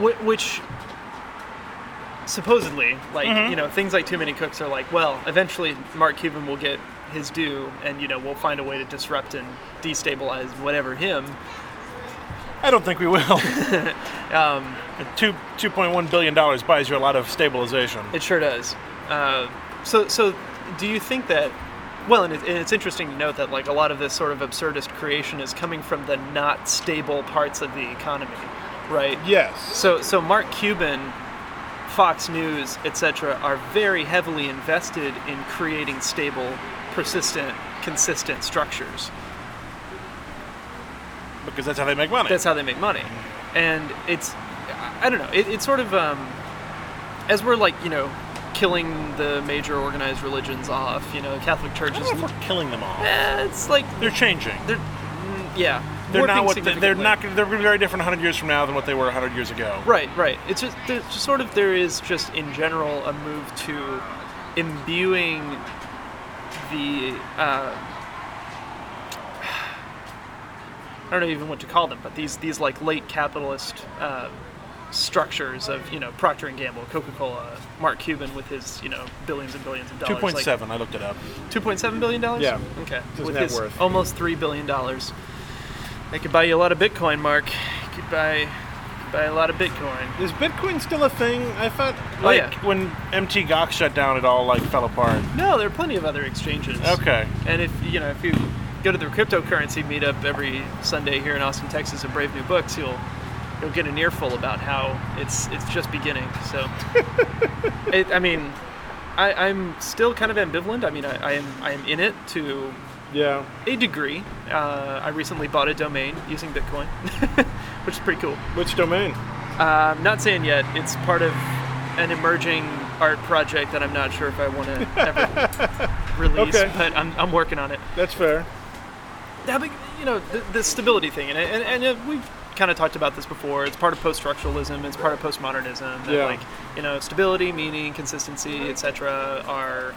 S3: whi- which supposedly like
S2: Mm-hmm.
S3: you know things like too many cooks are like well eventually Mark Cuban will get his due and you know we'll find a way to disrupt and destabilize whatever him
S2: I don't think we *laughs* will. Um, Two two point one billion dollars buys you a lot of stabilization.
S3: It sure does. Uh, so, so do you think that? Well, and, it, and it's interesting to note that like a lot of this sort of absurdist creation is coming from the not stable parts of the economy, right?
S2: yes.
S3: So, so Mark Cuban, Fox News, etc., are very heavily invested in creating stable, persistent, consistent structures.
S2: Because that's how they make money.
S3: that's how they make money and it's i don't know it, it's sort of um, as we're like you know killing the major organized religions off you know catholic church
S2: I
S3: is
S2: don't know if we're killing them all.
S3: Eh, it's like
S2: They're changing.
S3: they're mm, yeah
S2: They're not
S3: warping
S2: what they, they're
S3: significantly.
S2: not. gonna- They're going to be very different 100 years from now than what they were 100 years ago.
S3: Right, right. It's just there's just sort of there is just in general a move to imbuing the uh, *sighs* I don't know even what to call them, but these these like late capitalist uh, structures of you know Procter and Gamble, Coca Cola, Mark Cuban with his you know billions and billions of dollars.
S2: Two point
S3: like-
S2: seven. I looked it up.
S3: 2.7 billion dollars.
S2: Yeah.
S3: Okay.
S2: His
S3: With
S2: net
S3: his
S2: worth.
S3: almost three billion dollars, they could buy you a lot of Bitcoin, Mark. You could buy, could buy a lot of Bitcoin.
S2: Is Bitcoin still a thing? I thought like
S3: Oh, yeah.
S2: when MT Gox shut down, it all like fell apart.
S3: No, there are plenty of other exchanges.
S2: Okay.
S3: And if you know, if you go to the cryptocurrency meetup every Sunday here in Austin, Texas, at Brave New Books, you'll you'll get an earful about how it's it's just beginning. So, it, I mean, I, I'm still kind of ambivalent. I mean, I, I am I am in it to
S2: Yeah.
S3: a degree. Uh, I recently bought a domain using Bitcoin, *laughs* which is pretty cool.
S2: Which domain?
S3: Uh, I'm not saying yet. It's part of an emerging art project that I'm not sure if I want to ever release,
S2: Okay.
S3: but I'm, I'm working on it.
S2: That's fair.
S3: Yeah, but, you know, the, the stability thing, and, and, and uh, we've kind of talked about this before. It's part of post-structuralism. It's part of postmodernism. that,
S2: Yeah.
S3: Like, you know, stability, meaning, consistency, etc. are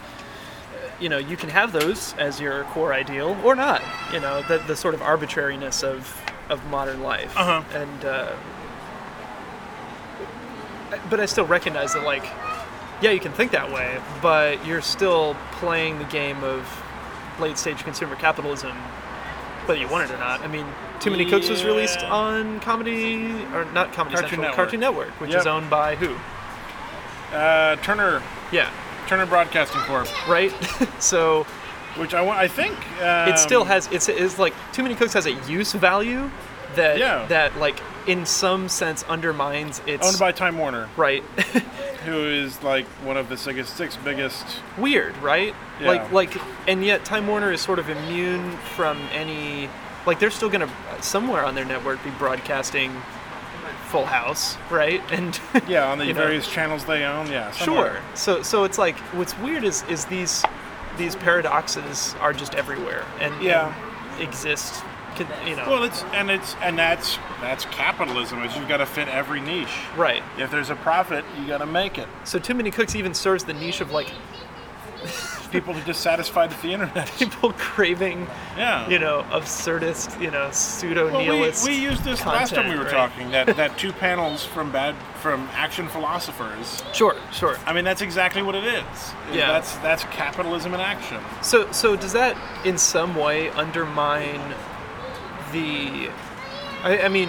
S3: you know you can have those as your core ideal or not you know the, the sort of arbitrariness of of modern life
S6: Uh-huh.
S3: and uh, but i still recognize that like yeah you can think that way but you're still playing the game of late stage consumer capitalism whether you want it or not i mean too many cooks was released
S6: Yeah.
S3: on comedy or not comedy
S2: Cartoon
S3: Central,
S2: Network.
S3: cartoon network which
S2: Yep.
S3: is owned by who
S2: Uh, Turner
S3: yeah
S2: Turner Broadcasting Corp.
S3: right *laughs* so
S2: Which I want. I think um,
S3: it still has it's is like too many cooks has a use value that
S2: Yeah.
S3: that like in some sense undermines its
S2: owned by Time Warner,
S3: right *laughs*
S2: who is like one of the six, six biggest.
S3: weird right
S2: Yeah.
S3: like like and yet time warner is sort of immune from any like they're still gonna somewhere on their network be broadcasting full house right *laughs* and
S2: Yeah, on the
S3: You know.
S2: various channels they own. Yeah.
S3: sure
S2: somewhere.
S3: so so it's like what's weird is is these these paradoxes are just everywhere and
S2: Yeah.
S3: and exist con- you know
S2: Well, it's and it's and that's that's capitalism. Is you've got to fit every niche.
S3: right
S2: If there's a profit, you got to make it.
S3: So Too Many Cooks even serves the niche of like
S2: People are dissatisfied with the
S3: *laughs*
S2: internet.
S3: people craving,
S2: Yeah.
S3: you know, absurdist, you know, pseudo
S2: Well, we,
S3: nihilist.
S2: we used this last time we
S3: content,
S2: were
S3: right?
S2: talking that, that two panels from bad from action philosophers.
S3: Sure, sure.
S2: I mean that's exactly what it is.
S3: Yeah.
S2: That's that's capitalism in action.
S3: So so does that in some way undermine the? I, I mean,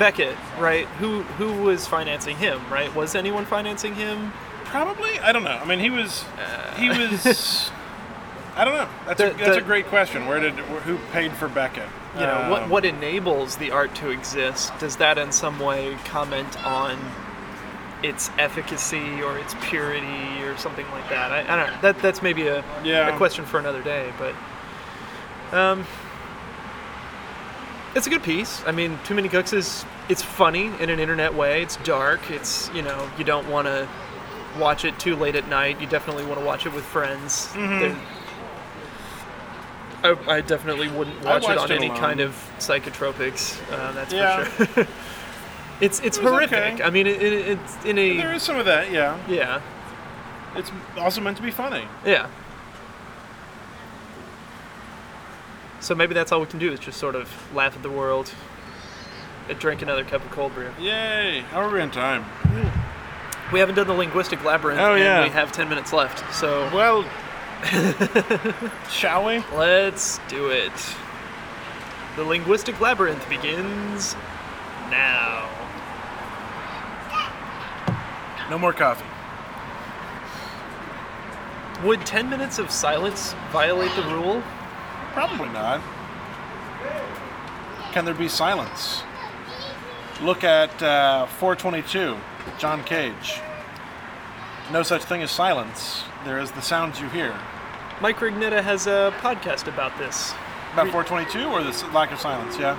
S3: Beckett, right? Who who was financing him? Right? Was anyone financing him?
S2: Probably I don't know. I mean he was he was I don't know. That's a
S3: Uh. The-
S2: that's
S3: the-
S2: a great question. Where did who paid for Beckett?
S3: You know, what
S2: Um,
S3: what enables the art to exist? Does that in some way comment on? its efficacy or its purity or something like that. I, I don't know. That that's maybe a
S2: Yeah.
S3: a question for another day, but um, it's a good piece. I mean, Too Many Cooks is it's funny in an internet way. It's dark. It's you know you don't want to watch it too late at night. You definitely want to watch it with friends.
S2: Mm-hmm.
S3: There- I, I definitely wouldn't watch it
S2: watched
S3: on
S2: it
S3: any
S2: alone.
S3: kind of psychotropics. Uh, that's
S2: Yeah.
S3: for sure. *laughs* it's it's
S2: was
S3: horrific.
S2: okay.
S3: I mean, it, it, it's in a
S2: Um, There is some of that, yeah.
S3: yeah,
S2: It's also meant to be funny.
S3: yeah. So maybe that's all we can do is just sort of laugh at the world and drink another cup of cold brew.
S2: Yay! How are we in time?
S3: We haven't done the linguistic labyrinth,
S2: Oh, yeah.
S3: and we have 10 minutes left. So
S2: Well, shall we?
S3: let's do it. The linguistic labyrinth begins now.
S2: No more coffee.
S3: Would 10 minutes of silence violate the rule?
S2: Probably not. Can there be silence? Look at uh, 422, John Cage. No such thing as silence. There is the sounds you hear.
S3: Mike Rignetta has a podcast about this.
S2: About 422 or the s- lack of silence, yeah?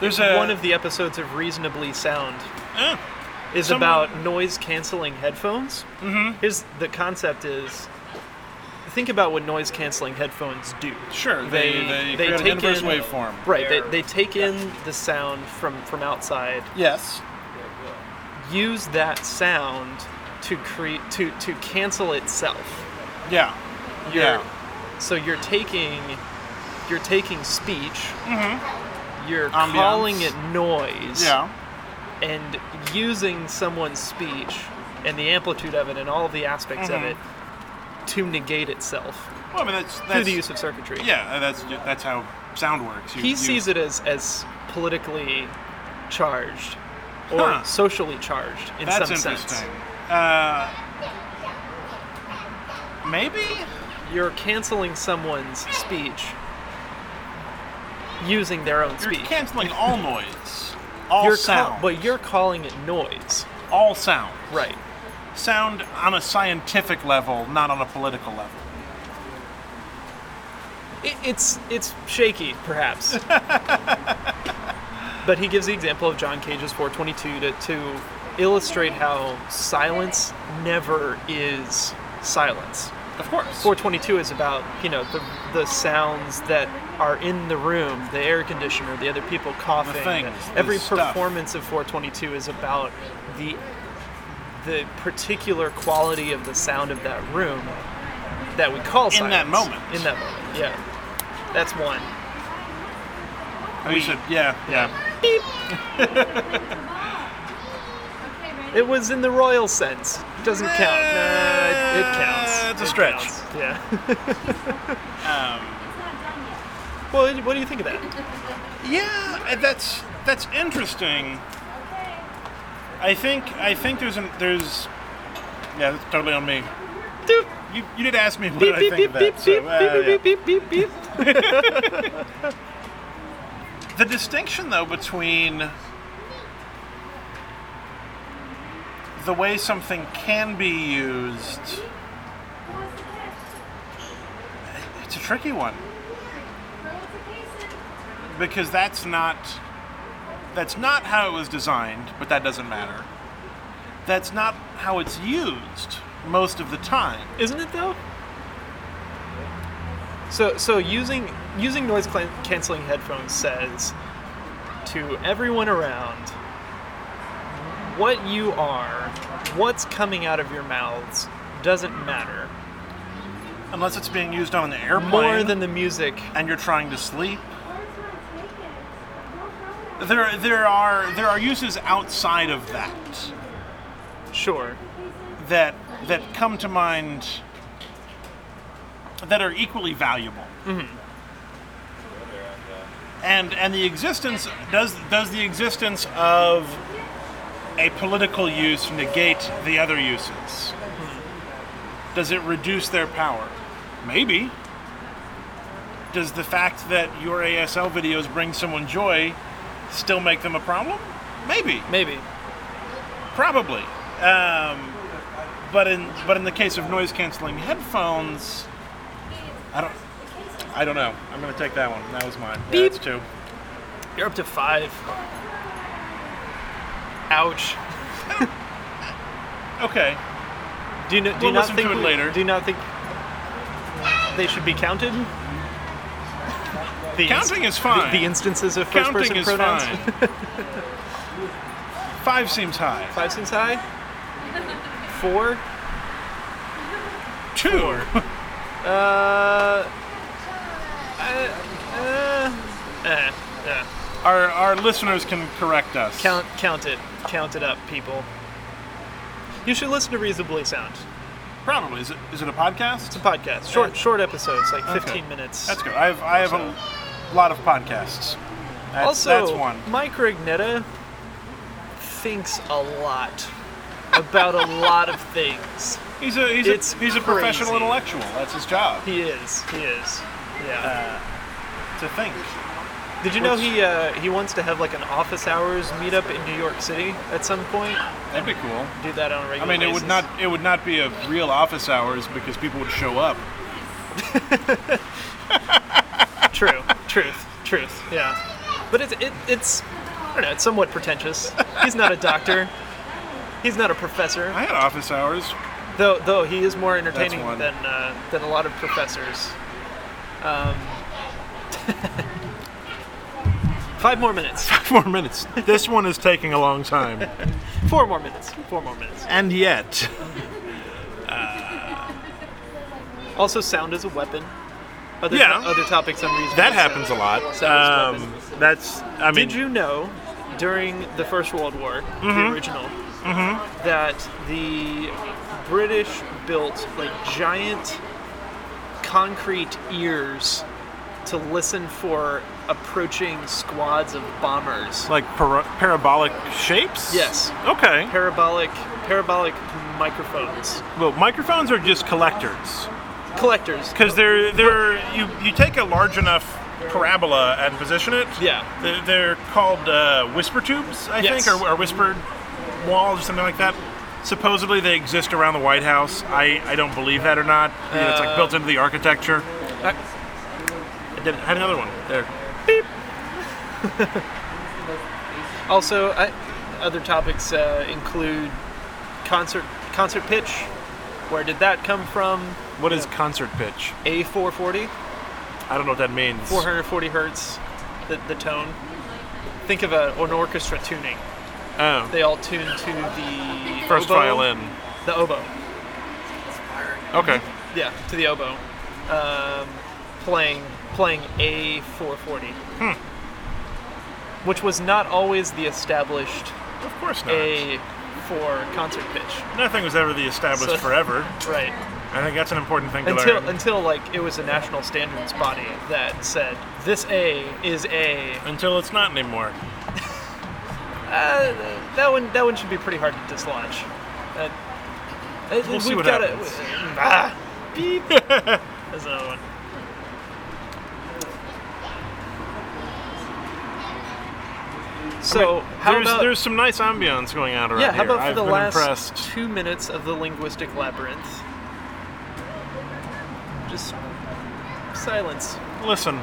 S2: There's a.
S3: One of the episodes of Reasonably Sound
S2: Eh,
S3: is
S2: Someone-
S3: about noise canceling headphones. Mm-hmm. Here's the concept is think about what noise canceling headphones do.
S2: sure, they, they,
S3: they
S2: create an
S3: take
S2: inverse
S3: in-
S2: waveform.
S3: Right, they, they take in the sound from, from outside,
S2: Yes.
S3: use that sound to create to, to cancel itself.
S2: Yeah.
S3: Your-
S2: Yeah.
S3: So you're taking you're taking speech, you're
S2: Mm-hmm. Ambiance.
S3: calling it noise,
S2: Yeah.
S3: and using someone's speech and the amplitude of it and all the aspects
S2: Mhm.
S3: of it to negate itself
S2: Well, I mean that's
S3: through
S2: that's
S3: the use of circuitry.
S2: yeah. uh, That's that's how sound works. You,
S3: He
S2: you-
S3: sees it as as politically charged or
S2: Huh.
S3: socially charged in
S2: That's
S3: some
S2: interesting.
S3: sense.
S2: Uh, maybe.
S3: You're canceling someone's speech using their own
S2: You're
S3: speech. *laughs*
S2: canceling all noise, all
S3: You're ca-
S2: sound,
S3: but you're calling it noise.
S2: all sound.
S3: Right.
S2: Sound on a scientific level, not on a political level.
S3: It, it's it's shaky,
S2: *laughs*
S3: perhaps. but he gives the example of John Cage's 422 to, to illustrate how silence never is silence.
S2: Of course.
S3: 422 is about you know the the sounds that are in the room, the air conditioner, the other people coughing.
S2: things, the
S3: Every
S2: stuff.
S3: performance of 422 is about the the particular quality of the sound of that room that we call
S2: In that
S3: silence.
S2: moment.
S3: In that moment, yeah. That's one.
S2: we should. Yeah. Yeah.
S3: Beep.
S7: Okay, ready?
S3: It was in the royal sense. It doesn't count. Nah, it, it counts.
S2: It's a
S3: It
S2: stretch.
S3: counts. Yeah. *laughs*
S2: Um,
S7: It's not done yet.
S3: well, what do you think of that?
S2: yeah. uh, That's that's interesting. I think I think there's an there's. Yeah, that's totally on me.
S3: Doop.
S2: You, you did ask me what
S3: Beep,
S2: I
S3: beep,
S2: think
S3: beep,
S2: of that.
S3: beep,
S2: so,
S3: beep,
S2: uh, yeah.
S3: beep, beep, beep, beep, beep.
S2: The distinction, though, between the way something can be used. It's a tricky one. Because that's not. That's not how it was designed, but that doesn't matter. That's not how it's used most of the time.
S3: Isn't it though? So so using using noise clan- canceling headphones says to everyone around what you are, what's coming out of your mouths doesn't matter
S2: Unless it's being used on an airplane
S3: more than the music.
S2: and you're trying to sleep. There, there are there are uses outside of that
S3: Sure.
S2: that that come to mind that are equally valuable. And and the existence does does the existence of a political use negate the other uses? Does it reduce their power? Maybe. Does the fact that your ASL videos bring someone joy still make them a problem? Maybe.
S3: Maybe.
S2: Probably. Um, but in but in the case of noise canceling headphones, I don't I don't know. I'm gonna take that one. That was mine. Yeah,
S3: Beep.
S2: that's two.
S3: You're up to 5. Ouch.
S2: Okay.
S3: Do you, kn- do
S2: We'll
S3: you not
S2: listen to
S3: think
S2: it
S3: we-
S2: later.
S3: Do you not think they should be counted? The inst-
S2: Counting is
S3: the,
S2: fine.
S3: the instances of first
S2: Counting
S3: person
S2: is
S3: pronouns.
S2: fine. Five seems high.
S3: *laughs* Five seems high. Four.
S2: Two. *laughs*
S3: Uh. I- uh, eh, eh.
S2: Our our listeners can correct us.
S3: Count, count it, count it up, people. You should listen to Reasonably Sound.
S2: Probably. Is it is it a
S3: It's
S2: podcast?
S3: a podcast, short,
S2: Yeah.
S3: short episodes, like
S2: Okay.
S3: 15 minutes.
S2: That's good. I have I have a lot of podcasts. That's,
S3: also,
S2: that's one.
S3: Mike Rignetta thinks a lot about a lot of things.
S2: He's a he's
S3: It's
S2: a he's a professional
S3: crazy.
S2: intellectual. That's his job.
S3: He is, he is. Yeah.
S2: to think.
S3: Did you know
S2: which-
S3: he uh, he wants to have like an office hours meetup in New York City at some point?
S2: That'd be cool.
S3: do that on a
S2: I
S3: regular
S2: mean, it would
S3: basis.
S2: not it would not be a real office hours because people would show up.
S3: *laughs* True. Truth. Truth. Yeah. But it's it, it's I don't know. It's somewhat pretentious. He's not a doctor. He's not a professor.
S2: I had office hours. *laughs*
S3: Though though he is more entertaining
S2: one.
S3: than uh, than a lot of professors. Um, *laughs* five more minutes.
S2: Four minutes. This one is taking a
S3: *laughs*
S2: long time,
S3: Four more minutes. Four more minutes.
S2: and yet
S3: Also, sound is a weapon. other,
S2: Yeah.
S3: other topics unreasonable.
S2: That
S3: So-
S2: happens a lot. Um, that's, I mean, Mm-hmm.
S3: Did you know during the First World War, the original, that the British built like giant concrete ears to listen for approaching squads of bombers?
S2: like para- parabolic shapes?
S3: Yes.
S2: Okay.
S3: Parabolic, parabolic microphones,
S2: Well, microphones are just collectors
S3: collectors.
S2: because they're they're you you take a large enough parabola and position it.
S3: Yeah.
S2: They're, they're called uh, whisper tubes, I
S3: Yes.
S2: think, or, or whispered walls or something like that. Supposedly they exist around the White House. I, I don't believe that or not. You know, it's like built into the architecture.
S3: I-
S2: I did- I had another one Uh, there.
S3: Also, I, other topics uh, include concert concert pitch. Where did that come from?
S2: What is concert pitch?
S3: A440,
S2: I don't know what that means.
S3: 440 hertz, the, the tone. Think of a, an orchestra tuning.
S2: Oh,
S3: They all tune to the
S2: first
S3: oboe,
S2: violin.
S3: The oboe,
S2: Okay.
S3: yeah, to the oboe, um, playing playing A440, which was not always the established
S2: Of course not.
S3: A for concert pitch,
S2: Nothing was ever the established
S3: So-
S2: forever.
S3: right?
S2: I think that's an important thing to
S3: until
S2: learn.
S3: until like it was a national standards body that said this A is A.
S2: Until it's not anymore.
S3: Uh, that one that one should be pretty hard to dislodge. That, uh,
S2: We'll see
S3: we've
S2: what
S3: gotta-
S2: happens.
S3: *laughs* ah,
S2: *laughs*
S3: beep. That's another one. So how
S2: there's,
S3: about
S2: there's some nice ambiance going on around
S3: yeah? How
S2: here.
S3: about for
S2: I've
S3: the
S2: been
S3: last
S2: impressed.
S3: two minutes of the linguistic labyrinth? Just silence.
S2: Listen,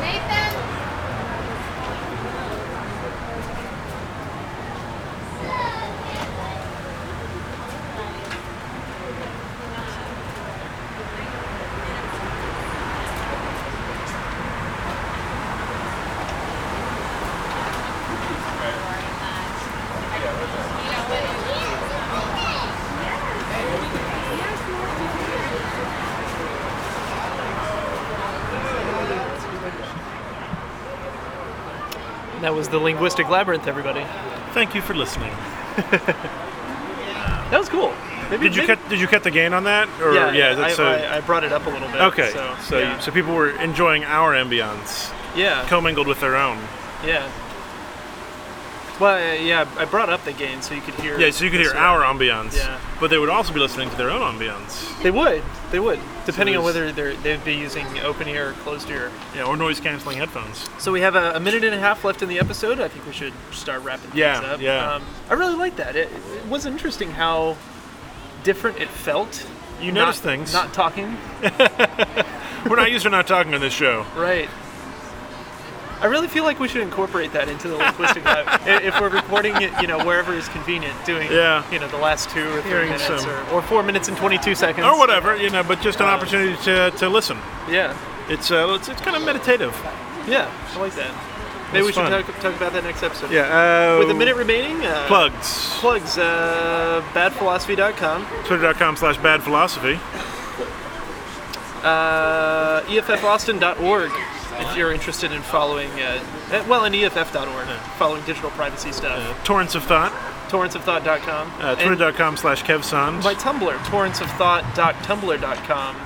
S4: Nathan!
S3: That was the linguistic labyrinth, everybody.
S2: thank you for listening.
S3: That was cool. Maybe,
S2: Did you
S3: maybe-
S2: cut? Did you cut the gain on that? Or
S3: Yeah, yeah.
S2: that's
S3: I,
S2: so.
S3: I- I brought it up a little bit.
S2: okay,
S3: So,
S2: so
S3: yeah.
S2: so people were enjoying our ambiance,
S3: yeah,
S2: commingled with their own.
S3: yeah. Well, uh, yeah, I brought up the game so you could hear.
S2: Yeah, so you could hear
S3: so-
S2: our ambiance,
S3: Yeah.
S2: but they would also be listening to their own ambiance,
S3: They would, they would, depending on
S2: there's-
S3: whether they're, they'd be using open ear or closed ear.
S2: yeah, or noise canceling headphones.
S3: So we have a, a minute and a half left in the episode. I think we should start wrapping
S2: Yeah,
S3: things up.
S2: yeah.
S3: Um, I really like that. It, it was interesting how different it felt.
S2: You
S3: not-
S2: notice things.
S3: Not talking.
S2: *laughs* We're not used to not talking on this show.
S3: Right. I really feel like we should incorporate that into the linguistic lab. I- if we're recording it, you know, wherever is convenient, doing,
S2: Yeah.
S3: you know, the last two or three
S2: Hearing
S3: minutes
S2: some-
S3: or, or four minutes and 22 seconds.
S2: Or whatever, you know, but just an opportunity to, to listen.
S3: Yeah.
S2: It's uh, it's, it's kind of meditative.
S3: Yeah. I like that. Maybe we
S2: That's
S3: should
S2: fun.
S3: talk, talk about that next episode.
S2: Yeah. Uh,
S3: With a minute remaining, uh,
S2: plugs.
S3: plugs, uh, badphilosophy.com.
S2: Twitter.com slash bad philosophy.
S3: uh, EFFaustin.org if you're interested in following, uh, eh, well, in EFF.org, following digital privacy stuff.
S2: Torrents of Thought,
S3: Torrentsofthought.com.
S2: uh,
S3: and
S2: twitter.com slash kevsons.
S3: my Tumblr, torrentsofthought.tumblr.com,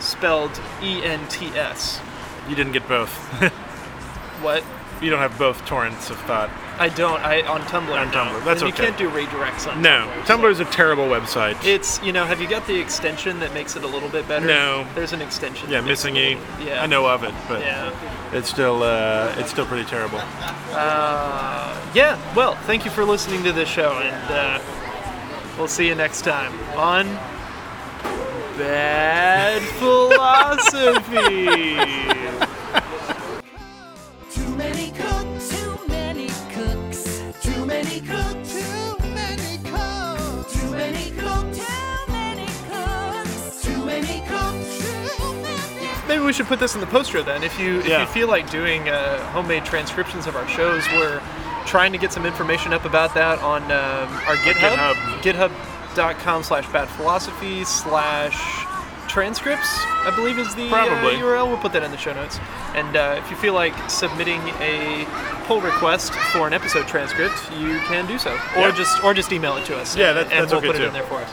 S3: spelled E N T S.
S2: You didn't get both.
S3: What?
S2: you don't have both Torrents of Thought.
S3: I don't. I on Tumblr. no.
S2: On Tumblr, that's
S3: And
S2: okay.
S3: You can't do redirects on
S2: No,
S3: Tumblr.
S2: Tumblr is a terrible website.
S3: It's you know, have you got the extension that makes it a little bit better?
S2: No.
S3: There's an extension.
S2: yeah,
S3: that makes it a
S2: missing E.
S3: little- Yeah.
S2: I know of it, but
S3: Yeah.
S2: it's still uh, it's still pretty terrible.
S3: Yeah. Well, thank you for listening to this show, and uh, we'll see you next time on
S2: *laughs*
S3: Bad Philosophy.
S5: Too many cooks. Too many cooks. Too many cooks. Too many cooks. Too many cooks. Too many cooks. Too many cooks. Too many
S3: Maybe we should put this in the poster then. If you if
S2: Yeah.
S3: you feel like doing uh, homemade transcriptions of our shows, we're trying to get some information up about that on um, our GitHub. GitHub.com slash bad philosophy slash transcripts, I believe is the uh,
S2: Probably.
S3: URL. We'll put that in the show notes. And uh, if you feel like submitting a pull request for an episode transcript, you can do so. Or
S2: Yeah.
S3: just or just email it to us.
S2: Yeah, that-
S3: and
S2: that's
S3: we'll
S2: okay
S3: put it
S2: too.
S3: in there for us.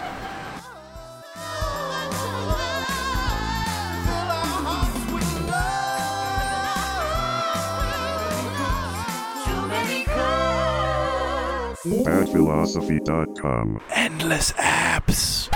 S5: Too many cooks.
S8: badphilosophy.com.
S2: Endless apps.